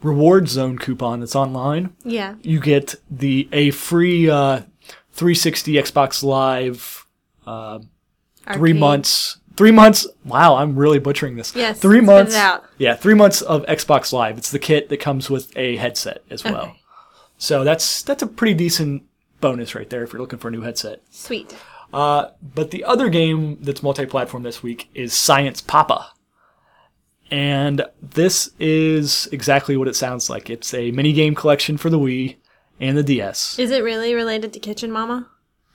[SPEAKER 4] reward zone coupon that's online,
[SPEAKER 3] Yeah.
[SPEAKER 4] you get the a free uh, 360 Xbox Live three
[SPEAKER 3] Arcade.
[SPEAKER 4] months. Three months. Wow, I'm really butchering this.
[SPEAKER 3] Yes,
[SPEAKER 4] three
[SPEAKER 3] spit it
[SPEAKER 4] months.
[SPEAKER 3] out.
[SPEAKER 4] Yeah, three months of Xbox Live. It's the kit that comes with a headset as well.
[SPEAKER 3] Okay.
[SPEAKER 4] So that's that's a pretty decent bonus right there if you're looking for a new headset.
[SPEAKER 3] Sweet.
[SPEAKER 4] Uh, but the other game that's multi-platform this week is Science Papa. And this is exactly what it sounds like. It's a mini game collection for the Wii and the DS.
[SPEAKER 3] Is it really related to Kitchen Mama?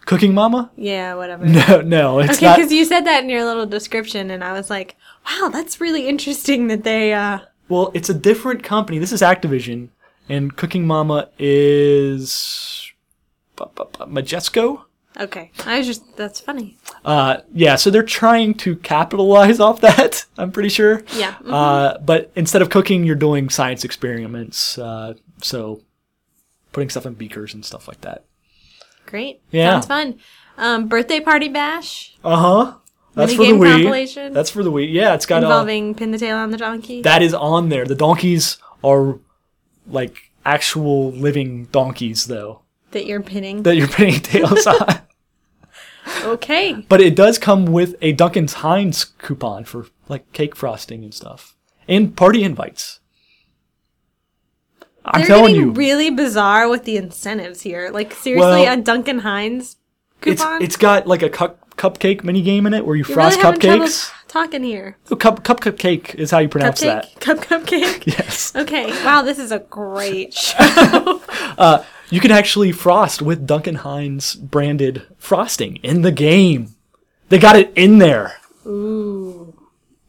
[SPEAKER 4] Cooking Mama? [LAUGHS]
[SPEAKER 3] Yeah, whatever.
[SPEAKER 4] No, no, it's
[SPEAKER 3] Okay,
[SPEAKER 4] not.
[SPEAKER 3] because you said that in your little description, and I was like, wow, that's really interesting that they, uh,
[SPEAKER 4] Well, it's a different company. This is Activision, and Cooking Mama is bu- bu- bu- Majesco.
[SPEAKER 3] okay. I was just, that's funny.
[SPEAKER 4] Uh, yeah, so they're trying to capitalize [LAUGHS] off that. I'm pretty sure.
[SPEAKER 3] Yeah. mhm.
[SPEAKER 4] Uh, but instead of cooking, you're doing science experiments. Uh, so putting stuff in beakers and stuff like that.
[SPEAKER 3] Great.
[SPEAKER 4] yeah.
[SPEAKER 3] Sounds fun. Um, birthday party bash
[SPEAKER 4] Uh huh. That's for the
[SPEAKER 3] Minigame
[SPEAKER 4] Wii.
[SPEAKER 3] compilation?
[SPEAKER 4] That's for the Wii. Yeah, it's got uh,
[SPEAKER 3] involving pin the tail on the donkey.
[SPEAKER 4] that is on there. The donkeys are like actual living donkeys though
[SPEAKER 3] that you're pinning.
[SPEAKER 4] that you're pinning [LAUGHS] tails on.
[SPEAKER 3] okay.
[SPEAKER 4] But it does come with a Duncan's Hines coupon for like cake frosting and stuff, and party invites. I'm
[SPEAKER 3] They're
[SPEAKER 4] telling
[SPEAKER 3] getting
[SPEAKER 4] you,
[SPEAKER 3] really bizarre with the incentives here. Like seriously,
[SPEAKER 4] Well-
[SPEAKER 3] a Duncan Hines
[SPEAKER 4] it's
[SPEAKER 3] coupon.
[SPEAKER 4] it's got like a cup, cupcake mini game in it where you
[SPEAKER 3] You're
[SPEAKER 4] frost
[SPEAKER 3] really having trouble
[SPEAKER 4] cupcakes.
[SPEAKER 3] Talking here.
[SPEAKER 4] Oh, cup cup cupcake is how you pronounce that.
[SPEAKER 3] Cupcake. Cup cupcake.
[SPEAKER 4] [LAUGHS] Yes,
[SPEAKER 3] Okay. Wow, this is a
[SPEAKER 4] [LAUGHS]
[SPEAKER 3] great show.
[SPEAKER 4] you can actually frost with Duncan Hines branded frosting in the game. They got it in there.
[SPEAKER 3] Ooh. Ah.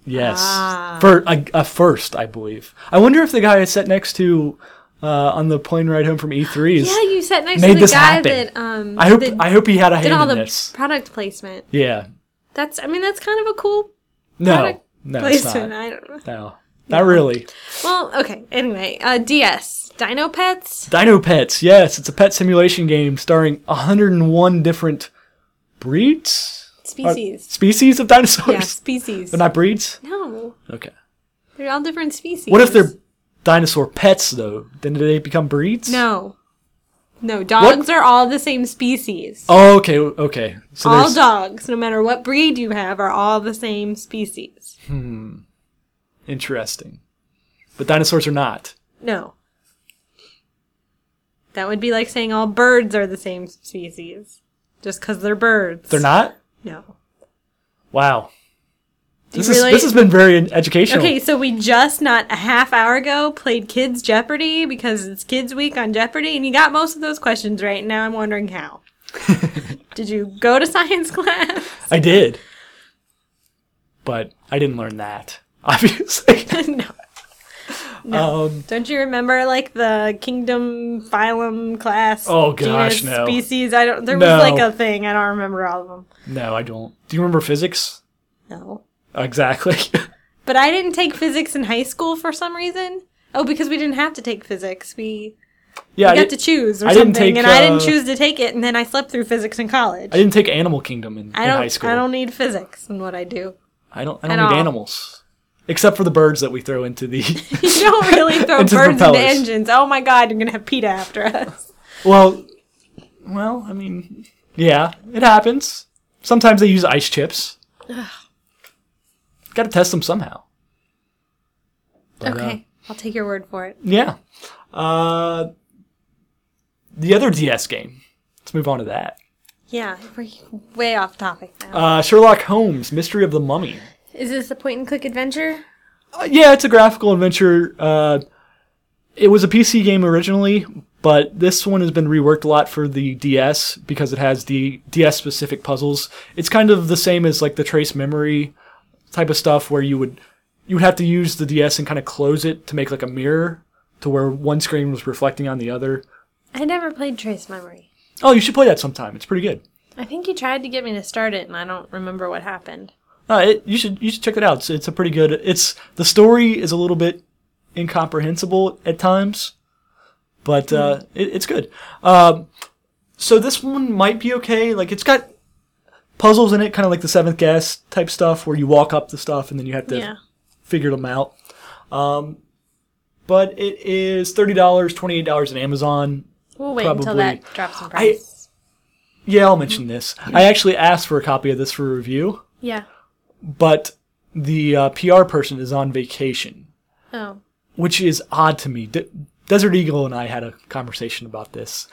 [SPEAKER 4] Yes. For a, a first, I believe. I wonder if the guy I sat next to uh, on the plane ride home from E3 is.
[SPEAKER 3] Yeah, you sat next
[SPEAKER 4] Made
[SPEAKER 3] to the
[SPEAKER 4] this
[SPEAKER 3] guy
[SPEAKER 4] happen.
[SPEAKER 3] that um
[SPEAKER 4] I hope
[SPEAKER 3] that
[SPEAKER 4] I hope he had a hand
[SPEAKER 3] did all
[SPEAKER 4] in
[SPEAKER 3] the [LAUGHS]
[SPEAKER 4] this.
[SPEAKER 3] product placement.
[SPEAKER 4] Yeah.
[SPEAKER 3] That's I mean that's kind of a cool
[SPEAKER 4] No.
[SPEAKER 3] product
[SPEAKER 4] No, it's
[SPEAKER 3] placement.
[SPEAKER 4] not.
[SPEAKER 3] I don't know.
[SPEAKER 4] No. Not really.
[SPEAKER 3] Well, okay. Anyway, uh, DS Dino Pets.
[SPEAKER 4] Dino Pets. Yes, it's a pet simulation game starring 101 different breeds? Or
[SPEAKER 3] Species.
[SPEAKER 4] species of dinosaurs.
[SPEAKER 3] yeah, species.
[SPEAKER 4] But not breeds?
[SPEAKER 3] no,
[SPEAKER 4] Okay.
[SPEAKER 3] they're all different species.
[SPEAKER 4] What if they're dinosaur pets though? Then do they become breeds?
[SPEAKER 3] No. No, dogs are all the same species.
[SPEAKER 4] Oh, okay, okay. So
[SPEAKER 3] all
[SPEAKER 4] there's-
[SPEAKER 3] dogs, no matter what breed you have, are all the same species.
[SPEAKER 4] Interesting. But dinosaurs are not.
[SPEAKER 3] No. That would be like saying all birds are the same species. Just because they're birds.
[SPEAKER 4] They're not?
[SPEAKER 3] No.
[SPEAKER 4] Wow. This,
[SPEAKER 3] really-
[SPEAKER 4] is, this has been very educational.
[SPEAKER 3] Okay, so we just not a half hour ago played Kids Jeopardy because it's Kids Week on Jeopardy, and you got most of those questions right. and Now I'm wondering
[SPEAKER 4] [LAUGHS]
[SPEAKER 3] how. Did you go to science [LAUGHS] class?
[SPEAKER 4] I did. But I didn't learn that, [LAUGHS] obviously. Um,
[SPEAKER 3] no. No. Don't you remember like the kingdom, phylum, class?
[SPEAKER 4] Oh, gosh, no.
[SPEAKER 3] Species. I don't. There
[SPEAKER 4] No.
[SPEAKER 3] was like a thing. I don't remember all of them.
[SPEAKER 4] no, I don't. Do you remember physics?
[SPEAKER 3] No.
[SPEAKER 4] Exactly. [LAUGHS]
[SPEAKER 3] But I didn't take physics in high school for some reason. Oh, because we didn't have to take physics. We
[SPEAKER 4] yeah, I,
[SPEAKER 3] got to
[SPEAKER 4] did,
[SPEAKER 3] choose or
[SPEAKER 4] I
[SPEAKER 3] something,
[SPEAKER 4] didn't take,
[SPEAKER 3] and I didn't
[SPEAKER 4] uh,
[SPEAKER 3] choose to take it, and then I slept through physics in college.
[SPEAKER 4] I didn't take Animal Kingdom in,
[SPEAKER 3] I
[SPEAKER 4] in
[SPEAKER 3] don't.
[SPEAKER 4] high school.
[SPEAKER 3] I don't need physics in what I do. [LAUGHS]
[SPEAKER 4] I don't, I
[SPEAKER 3] at
[SPEAKER 4] don't need
[SPEAKER 3] all.
[SPEAKER 4] animals. Except for the birds that we throw into the.
[SPEAKER 3] You don't
[SPEAKER 4] [LAUGHS]
[SPEAKER 3] really throw birds
[SPEAKER 4] It's the
[SPEAKER 3] into
[SPEAKER 4] propellers.
[SPEAKER 3] engines. Oh my god, you're gonna have PETA after
[SPEAKER 4] [LAUGHS]
[SPEAKER 3] us.
[SPEAKER 4] well, well, I mean, yeah, it happens. Sometimes they use ice chips. Got to test them somehow. But, uh,
[SPEAKER 3] Okay, I'll take your word for it.
[SPEAKER 4] Yeah. Uh, the other DS game. Let's move on to that.
[SPEAKER 3] Yeah, we're way off topic now.
[SPEAKER 4] Uh, Sherlock Holmes: Mystery of the Mummy.
[SPEAKER 3] Is this a point and click adventure?
[SPEAKER 4] Uh, yeah, it's a graphical adventure. Uh, it was a PC game originally, but this one has been reworked a lot for the DS because it has the DS specific puzzles. It's kind of the same as like the trace memory type of stuff where you would you would have to use the DS and kind of close it to make like a mirror to where one screen was reflecting on the other.
[SPEAKER 3] I never played Trace Memory.
[SPEAKER 4] Oh, you should play that sometime. It's pretty good.
[SPEAKER 3] I think you tried to get me to start it, and I don't remember what happened.
[SPEAKER 4] Uh, it, you should you should check it out. It's, it's a pretty good. It's the story is a little bit incomprehensible at times, but uh, it, it's good. Um, so this one might be okay. Like it's got puzzles in it, kind of like the Seventh Guess type stuff, where you walk up the stuff and then you have to
[SPEAKER 3] Yeah.
[SPEAKER 4] figure them out. Um, but it is thirty dollars, twenty eight dollars on Amazon.
[SPEAKER 3] We'll wait until
[SPEAKER 4] Probably.
[SPEAKER 3] that drops in price.
[SPEAKER 4] Yeah, I'll mention this. I actually asked for a copy of this for review,
[SPEAKER 3] Yeah.
[SPEAKER 4] but the uh, PR person is on vacation.
[SPEAKER 3] Oh.
[SPEAKER 4] which is odd to me. De- Desert Eagle and I had a conversation about this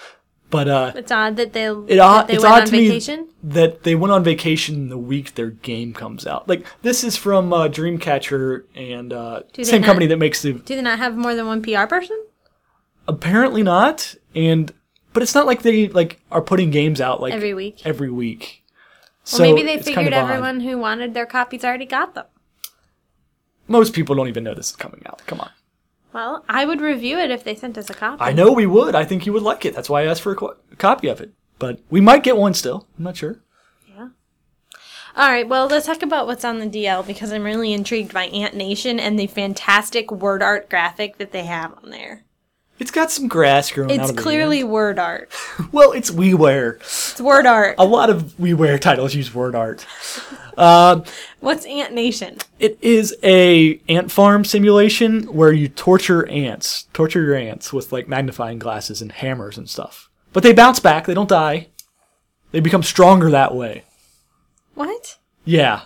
[SPEAKER 4] But uh,
[SPEAKER 3] It's odd that they,
[SPEAKER 4] it
[SPEAKER 3] that
[SPEAKER 4] odd,
[SPEAKER 3] they
[SPEAKER 4] it's
[SPEAKER 3] went
[SPEAKER 4] odd
[SPEAKER 3] on
[SPEAKER 4] to
[SPEAKER 3] vacation.
[SPEAKER 4] me that they went on vacation the week their game comes out. Like this is from uh, Dreamcatcher and uh,
[SPEAKER 3] Do they
[SPEAKER 4] same
[SPEAKER 3] not-
[SPEAKER 4] company that makes the.
[SPEAKER 3] Do they not have more than one PR person?
[SPEAKER 4] Apparently not, and but it's not like they like are putting games out like
[SPEAKER 3] Every week.
[SPEAKER 4] Every week.
[SPEAKER 3] Well, maybe they
[SPEAKER 4] it's kind
[SPEAKER 3] figured
[SPEAKER 4] of odd.
[SPEAKER 3] everyone who wanted their copies already got them.
[SPEAKER 4] Most people don't even know this is coming out. Come on.
[SPEAKER 3] Well, I would review it if they sent us a copy.
[SPEAKER 4] I know we would. I think you would like it. That's why I asked for a, co- copy of it. But we might get one still. I'm not sure.
[SPEAKER 3] All right, well, let's talk about what's on the DL because I'm really intrigued by Ant Nation and the fantastic word art graphic that they have on there.
[SPEAKER 4] It's got some grass growing out
[SPEAKER 3] It's
[SPEAKER 4] of it.
[SPEAKER 3] clearly word art.
[SPEAKER 4] Well, it's WiiWare.
[SPEAKER 3] It's word art.
[SPEAKER 4] A lot of WiiWare titles use word art.
[SPEAKER 3] What's Ant Nation?
[SPEAKER 4] It is a ant farm simulation where you torture ants, torture your ants with like magnifying glasses and hammers and stuff. But they bounce back. They don't die. They become stronger that way.
[SPEAKER 3] What?
[SPEAKER 4] Yeah,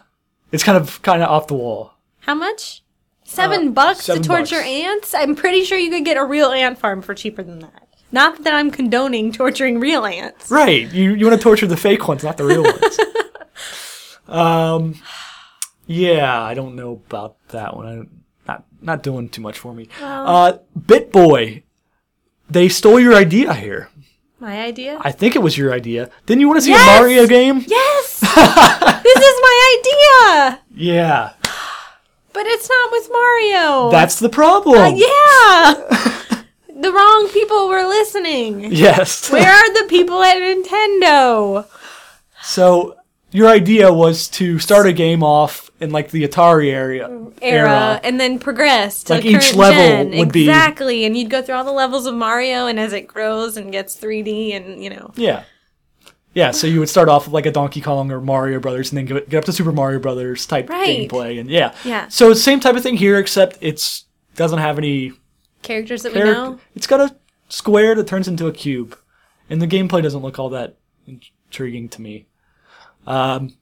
[SPEAKER 4] it's kind of kind of off the wall.
[SPEAKER 3] How much? Seven bucks
[SPEAKER 4] Uh, seven
[SPEAKER 3] to torture
[SPEAKER 4] bucks.
[SPEAKER 3] ants? I'm pretty sure you could get a real ant farm for cheaper than that. Not that I'm condoning torturing real ants.
[SPEAKER 4] Right. You you want to torture the fake ones, not the real
[SPEAKER 3] [LAUGHS]
[SPEAKER 4] ones. um, yeah, I don't know about that one. I, not not doing too much for me. Uh, BitBoy, they stole your idea here.
[SPEAKER 3] My idea?
[SPEAKER 4] I think it was your idea. Didn't you want to see
[SPEAKER 3] Yes!
[SPEAKER 4] a Mario game? [LAUGHS]
[SPEAKER 3] yes! this is my idea!
[SPEAKER 4] Yeah,
[SPEAKER 3] Oh, But it's not with Mario!
[SPEAKER 4] that's the problem.
[SPEAKER 3] Uh, yeah! the wrong people were listening. [LAUGHS]
[SPEAKER 4] Yes.
[SPEAKER 3] Where are the people at Nintendo?
[SPEAKER 4] so your idea was to start a game off in like the Atari area
[SPEAKER 3] Era, and then progress to
[SPEAKER 4] Like
[SPEAKER 3] the
[SPEAKER 4] each
[SPEAKER 3] current
[SPEAKER 4] level
[SPEAKER 3] gen.
[SPEAKER 4] would be-
[SPEAKER 3] exactly, and you'd go through all the levels of Mario, and as it grows and gets 3D, and you know,
[SPEAKER 4] Yeah. Yeah, so you would start off with like a Donkey Kong or Mario Brothers and then go- get up to Super Mario Brothers type
[SPEAKER 3] Right.
[SPEAKER 4] gameplay and yeah.
[SPEAKER 3] Yeah.
[SPEAKER 4] So it's same type of thing here except it's doesn't have any
[SPEAKER 3] characters that we
[SPEAKER 4] character.
[SPEAKER 3] know.
[SPEAKER 4] It's got a square that turns into a cube. And the gameplay doesn't look all that intriguing to me. Um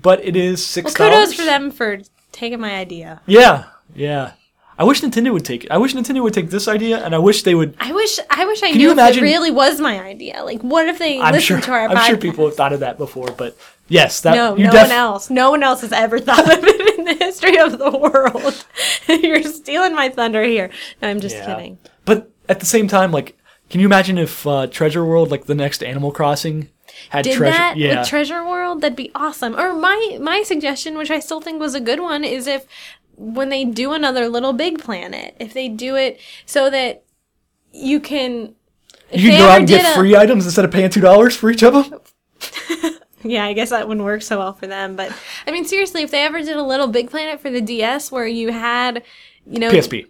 [SPEAKER 4] but it is
[SPEAKER 3] Well,
[SPEAKER 4] 6
[SPEAKER 3] kudos for them for taking my idea.
[SPEAKER 4] Yeah. Yeah. I wish Nintendo would take it. I wish Nintendo would take this idea and I wish they would
[SPEAKER 3] I wish I wish I
[SPEAKER 4] you
[SPEAKER 3] knew if it
[SPEAKER 4] imagine-
[SPEAKER 3] really was my idea. Like, what if they
[SPEAKER 4] I'm sure
[SPEAKER 3] listened to our
[SPEAKER 4] I'm sure
[SPEAKER 3] podcast?
[SPEAKER 4] people have thought of that before but yes, that
[SPEAKER 3] No,
[SPEAKER 4] you
[SPEAKER 3] no
[SPEAKER 4] def-
[SPEAKER 3] one else. No one else has ever [LAUGHS] thought of it in the history of the world. [LAUGHS] You're stealing my thunder here. No, I'm just
[SPEAKER 4] Yeah.
[SPEAKER 3] kidding.
[SPEAKER 4] But at the same time, like, can you imagine if uh, Treasure World, like the next Animal Crossing, had
[SPEAKER 3] Did
[SPEAKER 4] treasure?
[SPEAKER 3] that
[SPEAKER 4] yeah,
[SPEAKER 3] with Treasure World? That'd be awesome. Or my my suggestion, which I still think was a good one, is if when they do another Little Big Planet, if they do it so that you can. if
[SPEAKER 4] you
[SPEAKER 3] they
[SPEAKER 4] could go
[SPEAKER 3] ever
[SPEAKER 4] out and
[SPEAKER 3] did
[SPEAKER 4] get
[SPEAKER 3] a- Oh.
[SPEAKER 4] free items instead of paying two dollars for each of them.
[SPEAKER 3] Yeah, I guess that wouldn't work so well for them. But I mean, seriously, if they ever did a Little Big Planet for the DS, where you had, you know,
[SPEAKER 4] PSP,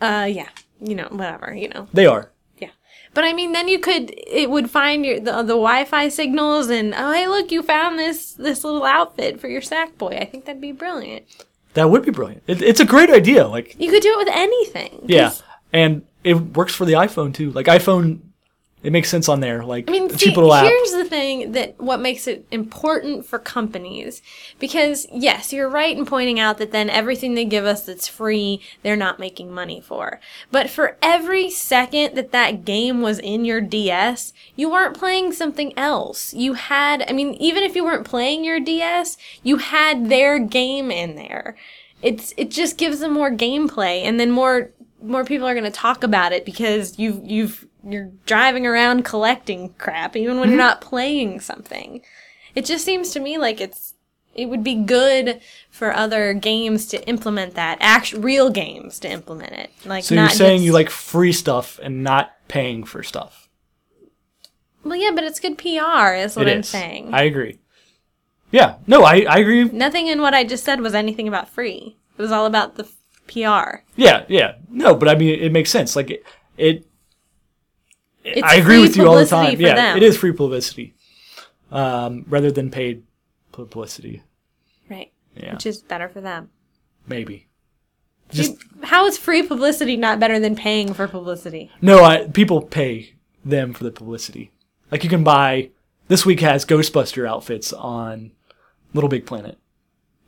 [SPEAKER 3] uh, yeah, you know, whatever, you know,
[SPEAKER 4] they are.
[SPEAKER 3] yeah. But I mean, then you could it would find your the, the Wi-Fi signals and oh hey look you found this this little outfit for your sack boy. I think that'd be brilliant.
[SPEAKER 4] That would be brilliant. It, it's a great idea. Like,
[SPEAKER 3] You could do it with anything. 'cause-
[SPEAKER 4] yeah, and it works for the iPhone too. Like iPhone, it makes sense on there. Like,
[SPEAKER 3] I mean,
[SPEAKER 4] a
[SPEAKER 3] see,
[SPEAKER 4] cheap little app.
[SPEAKER 3] here's the thing that what makes it important for companies, because yes, you're right in pointing out that then everything they give us that's free, they're not making money for. But for every second that that game was in your DS, you weren't playing something else. You had, I mean, even if you weren't playing your DS, you had their game in there. It's it just gives them more gameplay, and then more more people are going to talk about it because you've you've you're driving around collecting crap even when you're
[SPEAKER 4] Mm-hmm.
[SPEAKER 3] not playing something. It just seems to me like it's it would be good for other games to implement that. Act real games to implement it. Like
[SPEAKER 4] So
[SPEAKER 3] not
[SPEAKER 4] you're saying
[SPEAKER 3] just-
[SPEAKER 4] you like free stuff and not paying for stuff.
[SPEAKER 3] Well, yeah, but it's good PR is what
[SPEAKER 4] It
[SPEAKER 3] I'm
[SPEAKER 4] is.
[SPEAKER 3] saying.
[SPEAKER 4] I agree. Yeah. No, I I agree.
[SPEAKER 3] Nothing in what I just said was anything about free. It was all about the f- PR.
[SPEAKER 4] Yeah, yeah. No, but I mean, it makes sense. Like it, it
[SPEAKER 3] It's
[SPEAKER 4] I agree
[SPEAKER 3] free
[SPEAKER 4] with you all the
[SPEAKER 3] publicity
[SPEAKER 4] time.
[SPEAKER 3] for
[SPEAKER 4] Yeah,
[SPEAKER 3] them.
[SPEAKER 4] it is free publicity, um, rather than paid publicity.
[SPEAKER 3] Right.
[SPEAKER 4] Yeah.
[SPEAKER 3] Which is better for them.
[SPEAKER 4] Maybe. Just
[SPEAKER 3] How is free publicity not better than paying for publicity?
[SPEAKER 4] no. I, people pay them for the publicity. Like you can buy. This week has Ghostbuster outfits on Little Big Planet,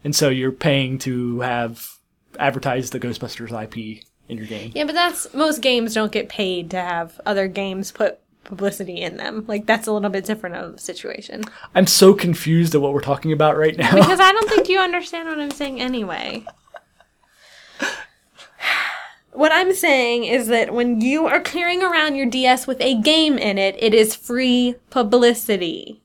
[SPEAKER 4] and so you're paying to have advertised the Ghostbusters IP in your game.
[SPEAKER 3] Yeah, but that's most games don't get paid to have other games put publicity in them. Like that's a little bit different of a situation.
[SPEAKER 4] I'm so confused at what we're talking about right now.
[SPEAKER 3] Because I don't think you understand what I'm saying anyway. What I'm saying is that when you are clearing around your DS with a game in it, it is free publicity.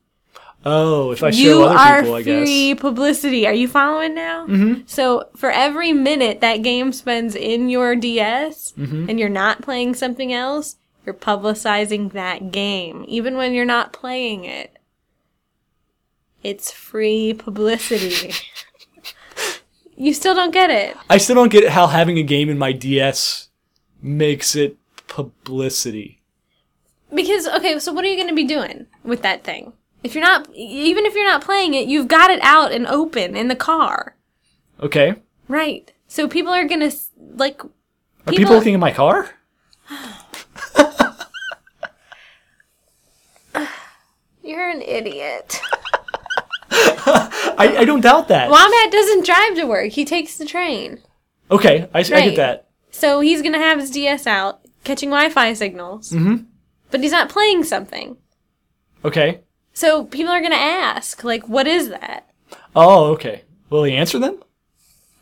[SPEAKER 4] oh, if I
[SPEAKER 3] You
[SPEAKER 4] show other
[SPEAKER 3] are
[SPEAKER 4] people, I guess.
[SPEAKER 3] free publicity. Are you following now? Mm-hmm. So for every minute that game spends in your DS
[SPEAKER 4] Mm-hmm.
[SPEAKER 3] and you're not playing something else, you're publicizing that game, even when you're not playing it. It's free
[SPEAKER 4] [LAUGHS]
[SPEAKER 3] publicity. you still don't get it.
[SPEAKER 4] I still don't get how having a game in my DS makes it publicity.
[SPEAKER 3] Because okay, so what are you going to be doing with that thing? If you're not even if you're not playing it, you've got it out and open in the car.
[SPEAKER 4] Okay.
[SPEAKER 3] Right. So people are going to like
[SPEAKER 4] Are people looking at my car?
[SPEAKER 3] You're an idiot. [LAUGHS]
[SPEAKER 4] I, I don't doubt that.
[SPEAKER 3] Wombat doesn't drive to work. He takes the train.
[SPEAKER 4] Okay, I, I
[SPEAKER 3] Right.
[SPEAKER 4] get that.
[SPEAKER 3] So he's going to have his DS out, catching Wi Fi signals. Mm-hmm. But he's not playing something.
[SPEAKER 4] Okay.
[SPEAKER 3] So people are going to ask, like, what is that?
[SPEAKER 4] Oh, okay. Will he answer them?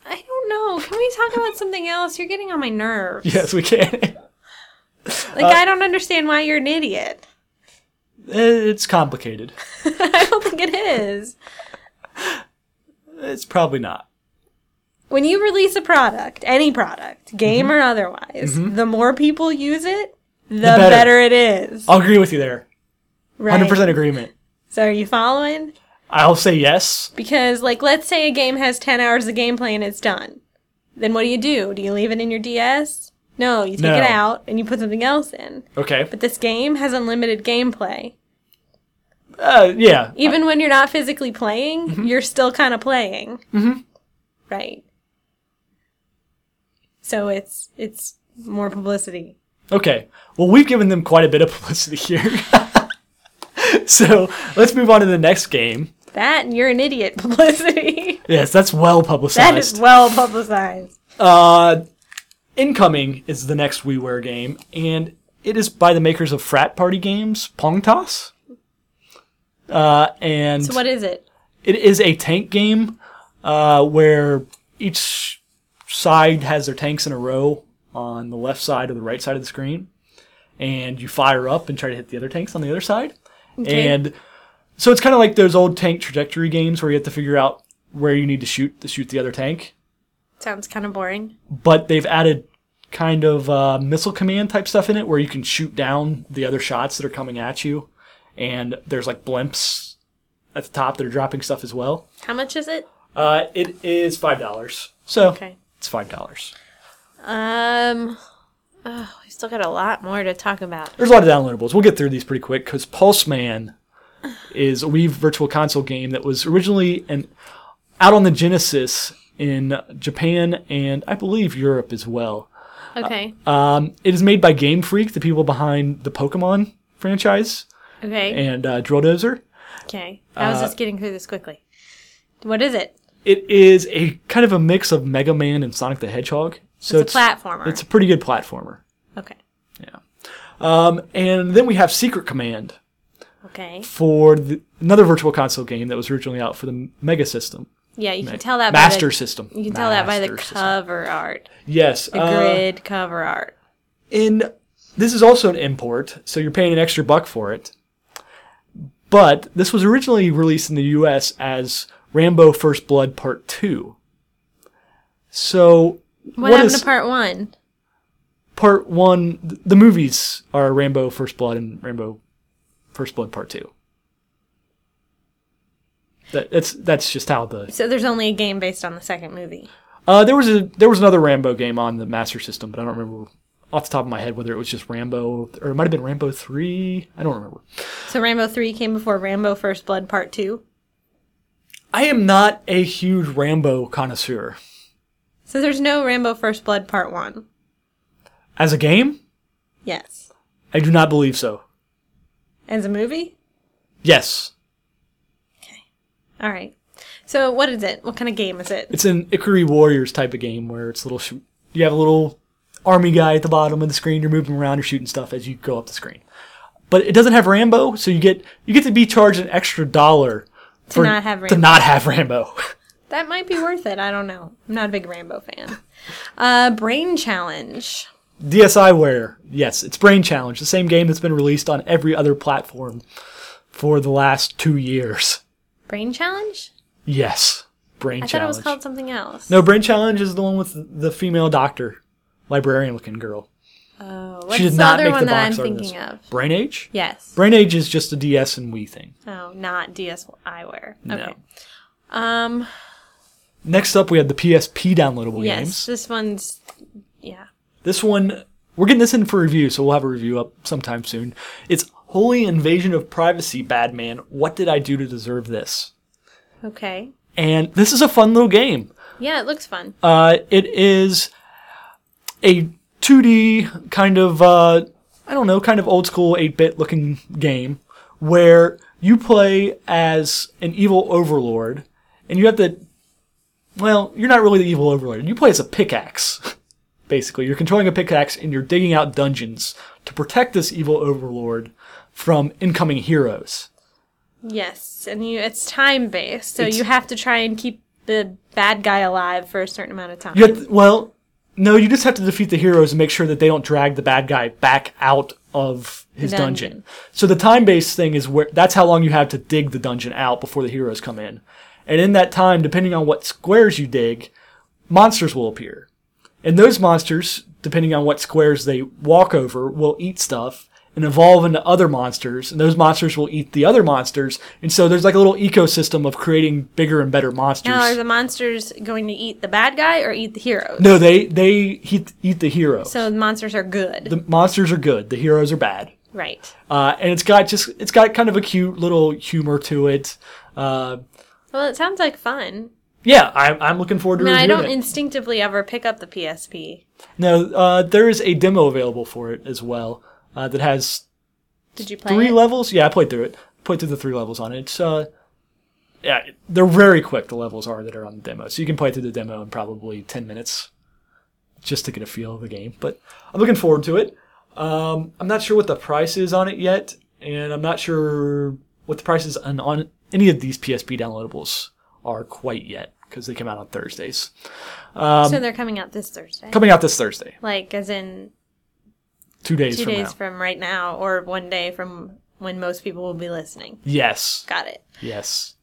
[SPEAKER 3] I don't know. Can we talk about something else? You're getting on my nerves.
[SPEAKER 4] [LAUGHS] Yes, we can. [LAUGHS] Eh,
[SPEAKER 3] Like, I don't understand why you're an idiot. [LAUGHS]
[SPEAKER 4] it's complicated.
[SPEAKER 3] I don't think it is.
[SPEAKER 4] It's probably not.
[SPEAKER 3] When you release a product, any product, game or otherwise, the more people use it, Mm-hmm. the,
[SPEAKER 4] better.
[SPEAKER 3] better. it is.
[SPEAKER 4] I'll agree with you there.
[SPEAKER 3] Right?
[SPEAKER 4] 100% agreement.
[SPEAKER 3] So are you following?
[SPEAKER 4] I'll say yes.
[SPEAKER 3] Because, like, let's say a game has 10 hours of gameplay and it's done. Then what do you do? Do you leave it in your DS? No, you take
[SPEAKER 4] No.
[SPEAKER 3] it out and you put something else in.
[SPEAKER 4] Okay.
[SPEAKER 3] But this game has unlimited gameplay.
[SPEAKER 4] Uh, yeah.
[SPEAKER 3] Even when you're not physically playing, you're still kind of playing. Mm-hmm. Right. So it's it's more publicity.
[SPEAKER 4] Okay. Well, we've given them quite a bit of [LAUGHS] publicity here. so let's move on to the next game.
[SPEAKER 3] That and you're an idiot [LAUGHS] publicity.
[SPEAKER 4] Yes, that's well
[SPEAKER 3] that
[SPEAKER 4] publicized.
[SPEAKER 3] is well publicized.
[SPEAKER 4] Uh, Incoming is the next WiiWare game, and it is by the makers of frat party games, Pongtas. Uh, and
[SPEAKER 3] So what is it?
[SPEAKER 4] it is a tank game uh, where each side has their tanks in a row on the left side or the right side of the screen, and you fire up and try to hit the other tanks on the other side. And so it's kind of like those old tank trajectory games where you have to figure out where you need to shoot to shoot the other tank
[SPEAKER 3] Sounds kind of boring.
[SPEAKER 4] but they've added kind of uh, missile command type stuff in it where you can shoot down the other shots that are coming at you and there's like blimps at the top that are dropping stuff as well
[SPEAKER 3] How much is it?
[SPEAKER 4] uh, it is five dollars so
[SPEAKER 3] Okay.
[SPEAKER 4] it's five dollars
[SPEAKER 3] Um, oh, we still got a lot more to talk about.
[SPEAKER 4] there's a lot of downloadables we'll get through these pretty quick because pulseman is a wii virtual console game that was originally an out on the genesis in japan and i believe europe as well
[SPEAKER 3] Okay.
[SPEAKER 4] Uh, Um, It is made by Game Freak, the people behind the Pokemon franchise
[SPEAKER 3] okay.
[SPEAKER 4] and uh, Drill Dozer.
[SPEAKER 3] okay. I was just getting through this quickly. What is it?
[SPEAKER 4] It is a kind of a mix of Mega Man and Sonic the Hedgehog. So
[SPEAKER 3] It's a platformer.
[SPEAKER 4] It's a pretty good platformer. Um,
[SPEAKER 3] okay.
[SPEAKER 4] And then we have Secret Command
[SPEAKER 3] Okay.
[SPEAKER 4] for the, another Virtual Console game that was originally out for the Mega System.
[SPEAKER 3] Yeah, you can tell that by
[SPEAKER 4] Master
[SPEAKER 3] the,
[SPEAKER 4] System.
[SPEAKER 3] You can tell that by the
[SPEAKER 4] Master System.
[SPEAKER 3] cover art,
[SPEAKER 4] Yes.
[SPEAKER 3] the
[SPEAKER 4] uh,
[SPEAKER 3] grid cover art.
[SPEAKER 4] in this is also an import, so you're paying an extra buck for it. But this was originally released in the US as Rambo First Blood Part 2. So
[SPEAKER 3] What,
[SPEAKER 4] what
[SPEAKER 3] happened
[SPEAKER 4] is
[SPEAKER 3] to part one?
[SPEAKER 4] part 1 th- the movies are Rambo First Blood and Rambo First Blood Part 2. That, that's that's just how the
[SPEAKER 3] So there's only a game based on the second movie.
[SPEAKER 4] uh, there was a there was another Rambo game on the Master System, but I don't remember off the top of my head whether it was just Rambo or it might have been Rambo three. I don't remember.
[SPEAKER 3] So Rambo three came before Rambo First Blood Part two.
[SPEAKER 4] I am not a huge Rambo connoisseur.
[SPEAKER 3] So there's no Rambo First Blood Part one.
[SPEAKER 4] As a game,
[SPEAKER 3] Yes.
[SPEAKER 4] I do not believe so.
[SPEAKER 3] As a movie?
[SPEAKER 4] Yes,
[SPEAKER 3] All right. So what is it? What kind of game is it?
[SPEAKER 4] it's an Ikari Warriors type of game where it's little. Sh- you have a little army guy at the bottom of the screen. You're moving around. You're shooting stuff as you go up the screen. but it doesn't have Rambo, so you get you get to be charged an extra dollar for
[SPEAKER 3] not have
[SPEAKER 4] to
[SPEAKER 3] Rambo.
[SPEAKER 4] not have Rambo. [LAUGHS]
[SPEAKER 3] That might be worth it. I don't know. I'm not a big Rambo fan. Uh, brain challenge.
[SPEAKER 4] DSiWare, yes, it's Brain Challenge, the same game that's been released on every other platform for the last two years.
[SPEAKER 3] Brain challenge?
[SPEAKER 4] Yes,
[SPEAKER 3] I
[SPEAKER 4] Brain
[SPEAKER 3] thought it
[SPEAKER 4] Challenge.
[SPEAKER 3] was called something else.
[SPEAKER 4] no, Brain Challenge is the one with the female doctor, librarian-looking girl.
[SPEAKER 3] Oh, what's
[SPEAKER 4] she did
[SPEAKER 3] the
[SPEAKER 4] not
[SPEAKER 3] other
[SPEAKER 4] make
[SPEAKER 3] one
[SPEAKER 4] the
[SPEAKER 3] that
[SPEAKER 4] box
[SPEAKER 3] I'm
[SPEAKER 4] art of this.
[SPEAKER 3] thinking of?
[SPEAKER 4] Brain Age.
[SPEAKER 3] Yes.
[SPEAKER 4] Brain Age is just a DS and Wii thing.
[SPEAKER 3] Oh, not DS eyewear. Okay.
[SPEAKER 4] No.
[SPEAKER 3] Um.
[SPEAKER 4] Next up, we have the PSP downloadable
[SPEAKER 3] Yes.
[SPEAKER 4] games.
[SPEAKER 3] This one's. Yeah.
[SPEAKER 4] This one, we're getting this in for review, so we'll have a review up sometime soon. It's Holy Invasion of Privacy, Bad Man. What did I do to deserve this?
[SPEAKER 3] Okay.
[SPEAKER 4] And this is a fun little game.
[SPEAKER 3] Yeah, it looks fun.
[SPEAKER 4] Uh, it is a 2D kind of, uh, I don't know, kind of old school 8 bit looking game where you play as an evil overlord and you have to, well, you're not really the evil overlord. You play as a pickaxe, [LAUGHS] basically. You're controlling a pickaxe and you're digging out dungeons to protect this evil overlord from incoming heroes.
[SPEAKER 3] yes, and you it's time based, so
[SPEAKER 4] It's-
[SPEAKER 3] you have to try and keep the bad guy alive for a certain amount of time.
[SPEAKER 4] You have to- well, no, you just have to defeat the heroes and make sure that they don't drag the bad guy back out of his dungeon.
[SPEAKER 3] Dungeon.
[SPEAKER 4] So the time-based thing is where that's how long you have to dig the dungeon out before the heroes come in. And in that time, depending on what squares you dig, monsters will appear. And those monsters, depending on what squares they walk over, will eat stuff and evolve into other monsters, and those monsters will eat the other monsters, and so there's like a little ecosystem of creating bigger and better monsters.
[SPEAKER 3] Now, are the monsters going to eat the bad guy or eat the heroes?
[SPEAKER 4] No, they they eat, eat the hero.
[SPEAKER 3] So the monsters are good.
[SPEAKER 4] the monsters are good, the heroes are bad,
[SPEAKER 3] right.
[SPEAKER 4] uh, and it's got just it's got kind of a cute little humor to it. Uh,
[SPEAKER 3] Well, it sounds like fun.
[SPEAKER 4] yeah, I'm I'm looking forward to
[SPEAKER 3] I mean, I
[SPEAKER 4] reviewing
[SPEAKER 3] don't
[SPEAKER 4] it.
[SPEAKER 3] instinctively ever pick up the PSP.
[SPEAKER 4] no, uh, there is a demo available for it as well uh, that has
[SPEAKER 3] Did you play
[SPEAKER 4] three
[SPEAKER 3] it?
[SPEAKER 4] levels. Yeah, I played through it. Played through the three levels on it. It's, uh, yeah, they're very quick. The levels are that are on the demo, so you can play through the demo in probably ten minutes, just to get a feel of the game. But I'm looking forward to it. Um, I'm not sure what the price is on it yet, and I'm not sure what the prices on, on any of these PSP downloadables are quite yet because they come out on Thursdays.
[SPEAKER 3] so they're coming out this Thursday.
[SPEAKER 4] Coming out this Thursday,
[SPEAKER 3] like, as in
[SPEAKER 4] two days
[SPEAKER 3] two
[SPEAKER 4] from
[SPEAKER 3] days
[SPEAKER 4] now.
[SPEAKER 3] from right now or one day from when most people will be listening.
[SPEAKER 4] yes,
[SPEAKER 3] Got it.
[SPEAKER 4] yes.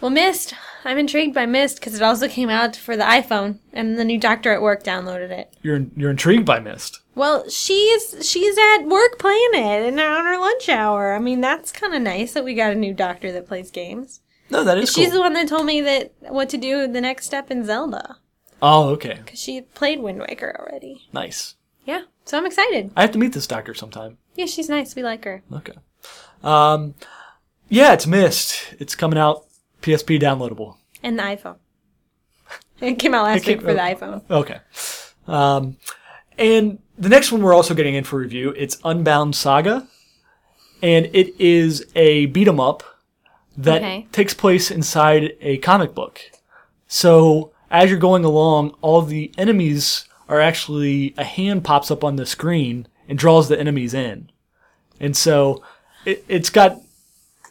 [SPEAKER 3] Well, Mist, I'm intrigued by Mist because it also came out for the iPhone, and the new doctor at work downloaded it.
[SPEAKER 4] You're you're intrigued by Mist.
[SPEAKER 3] Well, she's she's at work playing it, and on her lunch hour. I mean, that's kind of nice that we got a new doctor that plays games.
[SPEAKER 4] No, that is
[SPEAKER 3] She's
[SPEAKER 4] cool.
[SPEAKER 3] the one that told me that what to do the next step in Zelda
[SPEAKER 4] oh, okay,
[SPEAKER 3] because she played Wind Waker already.
[SPEAKER 4] nice.
[SPEAKER 3] Yeah, so I'm excited.
[SPEAKER 4] I have to meet this doctor sometime.
[SPEAKER 3] Yeah, she's nice. We like her.
[SPEAKER 4] Okay. Um, yeah, it's missed. It's coming out PSP downloadable.
[SPEAKER 3] And the iPhone. [LAUGHS] It came out last
[SPEAKER 4] came-
[SPEAKER 3] week for the iPhone.
[SPEAKER 4] Okay. Um, and the next one we're also getting in for review, it's Unbound Saga, and it is a beat 'em up that
[SPEAKER 3] Okay.
[SPEAKER 4] takes place inside a comic book. So as you're going along, all the enemies are actually a hand pops up on the screen and draws the enemies in, and so it, it's got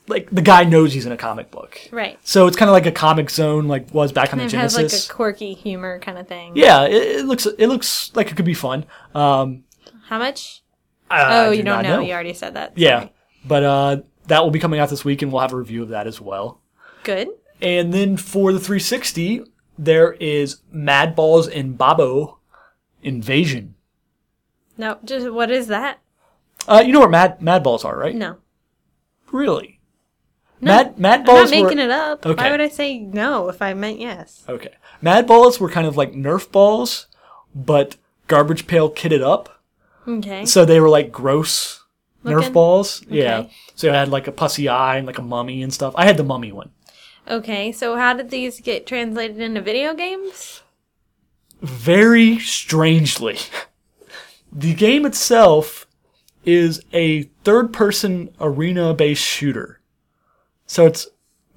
[SPEAKER 4] like the guy knows he's in a comic book.
[SPEAKER 3] Right.
[SPEAKER 4] So it's kind of like a comic zone, like was back on the
[SPEAKER 3] It
[SPEAKER 4] Genesis.
[SPEAKER 3] has like a quirky humor kind of thing.
[SPEAKER 4] Yeah, it, it looks it looks like it could be fun. Um,
[SPEAKER 3] How much?
[SPEAKER 4] I
[SPEAKER 3] oh,
[SPEAKER 4] do
[SPEAKER 3] you don't
[SPEAKER 4] not
[SPEAKER 3] know. You already said that.
[SPEAKER 4] yeah,
[SPEAKER 3] Sorry.
[SPEAKER 4] but uh, that will be coming out this week, and we'll have a review of that as well.
[SPEAKER 3] Good.
[SPEAKER 4] And then for the 360, there is Madballs and Babo Invasion.
[SPEAKER 3] No, just what is that?
[SPEAKER 4] Uh, you know what Mad Madballs are, right?
[SPEAKER 3] No.
[SPEAKER 4] Really?
[SPEAKER 3] Mm. No.
[SPEAKER 4] Mad
[SPEAKER 3] I'm not
[SPEAKER 4] Madballs were
[SPEAKER 3] making it up.
[SPEAKER 4] Okay.
[SPEAKER 3] Why would I say no if I meant yes?
[SPEAKER 4] okay. Madballs were kind of like Nerf balls, but garbage pail kitted up.
[SPEAKER 3] Okay.
[SPEAKER 4] So they were like gross Nerf
[SPEAKER 3] Looking?
[SPEAKER 4] balls. Yeah.
[SPEAKER 3] Okay.
[SPEAKER 4] So it had like a pussy eye and like a mummy and stuff. I had the mummy one.
[SPEAKER 3] Okay, so how did these get translated into video games?
[SPEAKER 4] Very strangely, [LAUGHS] the game itself is a third person arena based shooter. So it's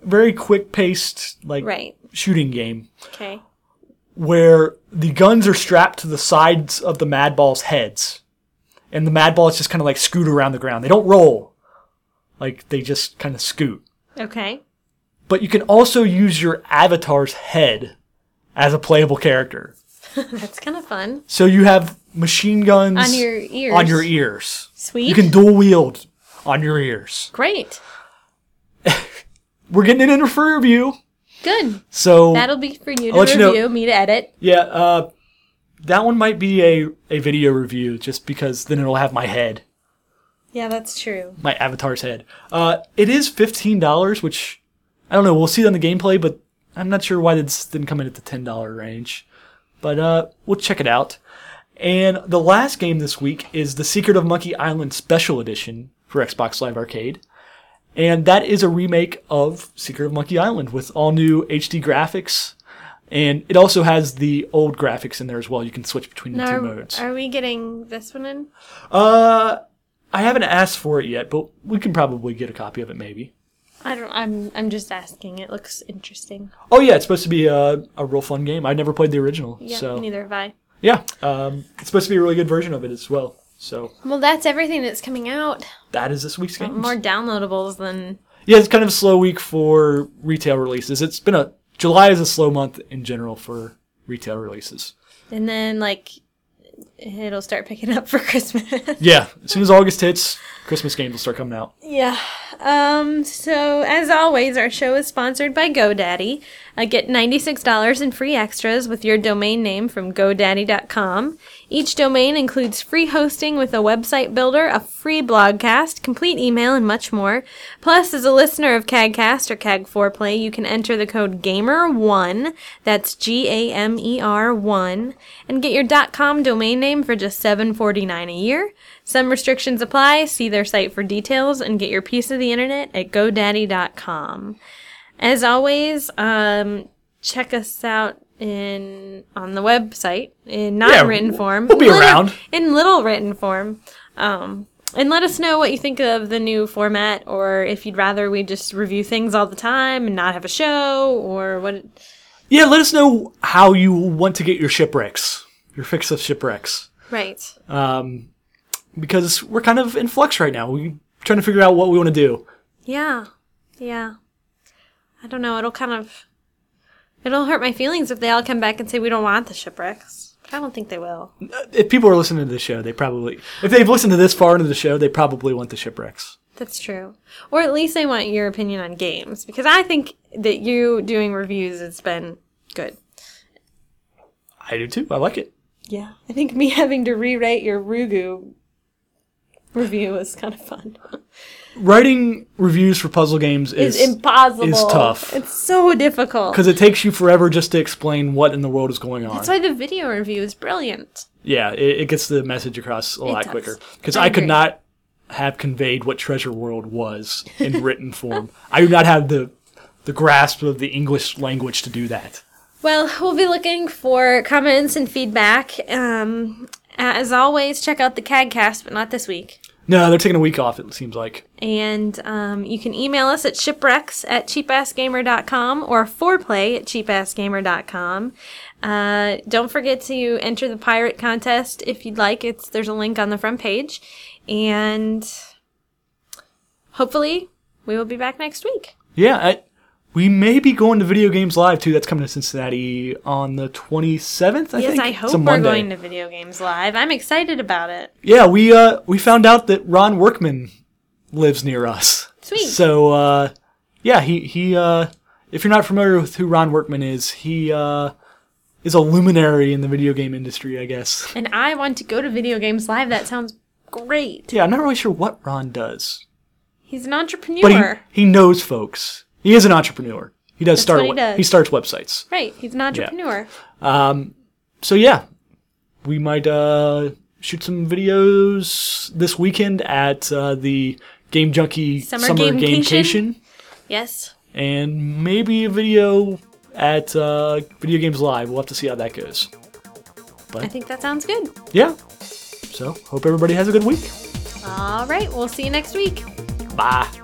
[SPEAKER 4] very quick paced, like
[SPEAKER 3] Right.
[SPEAKER 4] shooting game
[SPEAKER 3] Okay.
[SPEAKER 4] where the guns are strapped to the sides of the Madball's heads. And the Madballs just kind of like scoot around the ground. They don't roll. Like they just kind of scoot.
[SPEAKER 3] [LAUGHS] Okay.
[SPEAKER 4] But you can also use your avatar's head as a playable character.
[SPEAKER 3] That's kind of fun.
[SPEAKER 4] So you have machine guns
[SPEAKER 3] On your ears.
[SPEAKER 4] On your ears.
[SPEAKER 3] Sweet.
[SPEAKER 4] You can dual wield on your ears.
[SPEAKER 3] Great.
[SPEAKER 4] We're getting it in for review.
[SPEAKER 3] Good.
[SPEAKER 4] So
[SPEAKER 3] That'll be for you to
[SPEAKER 4] I'll let Oh. you
[SPEAKER 3] review,
[SPEAKER 4] know-
[SPEAKER 3] me to edit.
[SPEAKER 4] yeah, uh, that one might be a, a video review just because then it'll have my head,
[SPEAKER 3] Yeah, that's true.
[SPEAKER 4] my avatar's head. Uh, it is fifteen dollars, which I don't know. We'll see it on the gameplay, but I'm not sure why this didn't come in at the ten dollar range. But uh, we'll check it out. And the last game this week is the Secret of Monkey Island Special Edition for Xbox Live Arcade. And that is a remake of Secret of Monkey Island with all new HD graphics. And it also has the old graphics in there as well. You can switch between the two
[SPEAKER 3] Now,
[SPEAKER 4] modes.
[SPEAKER 3] are, are we getting this one in?
[SPEAKER 4] uh, I haven't asked for it yet, but we can probably get a copy of it maybe.
[SPEAKER 3] I don't. I'm. I'm just asking. It looks interesting.
[SPEAKER 4] Oh yeah, it's supposed to be a, a real fun game. I never played the original,
[SPEAKER 3] Yeah.
[SPEAKER 4] so
[SPEAKER 3] Neither have I.
[SPEAKER 4] yeah, um, it's supposed to be a really good version of it as well. So
[SPEAKER 3] Well, that's everything that's coming out.
[SPEAKER 4] that is this week's game.
[SPEAKER 3] More downloadables than
[SPEAKER 4] Yeah, it's kind of a slow week for retail releases. It's been a July is a slow month in general for retail releases.
[SPEAKER 3] And then like it'll start picking up for [LAUGHS] Christmas.
[SPEAKER 4] Yeah, as soon as August hits, Christmas games will start coming out.
[SPEAKER 3] yeah. Um so as always our show is sponsored by GoDaddy. Uh, get $96 in free extras with your domain name from godaddy.com. Each domain includes free hosting with a website builder, a free blogcast, complete email and much more. Plus as a listener of CAGcast or CAG4play, you can enter the code GAMER1, that's G A M E R 1, and get your .com domain name for just $7.49 a year. Some restrictions apply. See their site for details and get your piece of the internet at godaddy.com. As always, um, check us out in on the website in not
[SPEAKER 4] Yeah,
[SPEAKER 3] written form.
[SPEAKER 4] we'll be
[SPEAKER 3] Little-
[SPEAKER 4] around.
[SPEAKER 3] in little written form. Um, and let us know what you think of the new format, or if you'd rather we just review things all the time and not have a show, or what.
[SPEAKER 4] Yeah, let us know how you want to get your shipwrecks, your fix of shipwrecks,
[SPEAKER 3] Right.
[SPEAKER 4] Um, because we're kind of in flux right now. We're trying to figure out what we want to do.
[SPEAKER 3] Yeah. Yeah. I don't know. It'll kind of. It'll hurt my feelings if they all come back and say we don't want the shipwrecks. But I don't think they will.
[SPEAKER 4] If people are listening to this show, they probably, if they've listened to this far into the show, they probably want the shipwrecks.
[SPEAKER 3] That's true. Or at least I want your opinion on games because I think that you doing reviews has been good.
[SPEAKER 4] I do too. I like it.
[SPEAKER 3] Yeah. I think me [LAUGHS] having to rewrite your Rugu review is kind of fun.
[SPEAKER 4] Writing reviews for puzzle games is
[SPEAKER 3] It's impossible.
[SPEAKER 4] is tough.
[SPEAKER 3] It's so difficult.
[SPEAKER 4] because it takes you forever just to explain what in the world is going on.
[SPEAKER 3] That's why the video review is brilliant.
[SPEAKER 4] yeah, it, it gets the message across a lot
[SPEAKER 3] does.
[SPEAKER 4] quicker. Because
[SPEAKER 3] I
[SPEAKER 4] I, could
[SPEAKER 3] agree.
[SPEAKER 4] not have conveyed what Treasure World was in [LAUGHS] written form. I do not have the the grasp of the English language to do that.
[SPEAKER 3] Well, we'll be looking for comments and feedback. Um, as always, check out the CAGcast, but not this week.
[SPEAKER 4] No, they're taking a week off. It seems like.
[SPEAKER 3] And um, you can email us at shipwrecks at cheapassgamer.com or foreplay at cheapassgamer.com. Uh, don't forget to enter the pirate contest if you'd like. It's There's a link on the front page. And hopefully, we will be back next week.
[SPEAKER 4] Yeah, I, we may be going to Video Games Live too. That's coming to Cincinnati on the 27th. I
[SPEAKER 3] yes,
[SPEAKER 4] think.
[SPEAKER 3] I
[SPEAKER 4] It's a
[SPEAKER 3] hope we're
[SPEAKER 4] Monday.
[SPEAKER 3] going to Video Games Live. I'm excited about it.
[SPEAKER 4] Yeah, we uh we found out that Ron Workman lives near us.
[SPEAKER 3] Sweet.
[SPEAKER 4] So uh yeah, he he uh if you're not familiar with who Ron Workman is, he uh is a luminary in the video game industry, I guess.
[SPEAKER 3] And I want to go to video games live. That sounds great.
[SPEAKER 4] Yeah, I'm not really sure what Ron does.
[SPEAKER 3] He's an entrepreneur.
[SPEAKER 4] But he, he knows folks. He is an entrepreneur. He does start
[SPEAKER 3] what he
[SPEAKER 4] a we-
[SPEAKER 3] does.
[SPEAKER 4] he starts websites.
[SPEAKER 3] right, he's an entrepreneur.
[SPEAKER 4] So yeah, we might uh shoot some videos this weekend at uh, the Game Junkie
[SPEAKER 3] Summer
[SPEAKER 4] Gamecation.
[SPEAKER 3] Gamecation? Yes.
[SPEAKER 4] and maybe a video at uh, Video Games Live. We'll have to see how that goes.
[SPEAKER 3] I think that sounds good.
[SPEAKER 4] Yeah. So, hope everybody has a good week.
[SPEAKER 3] All right, we'll see you next week.
[SPEAKER 4] Bye.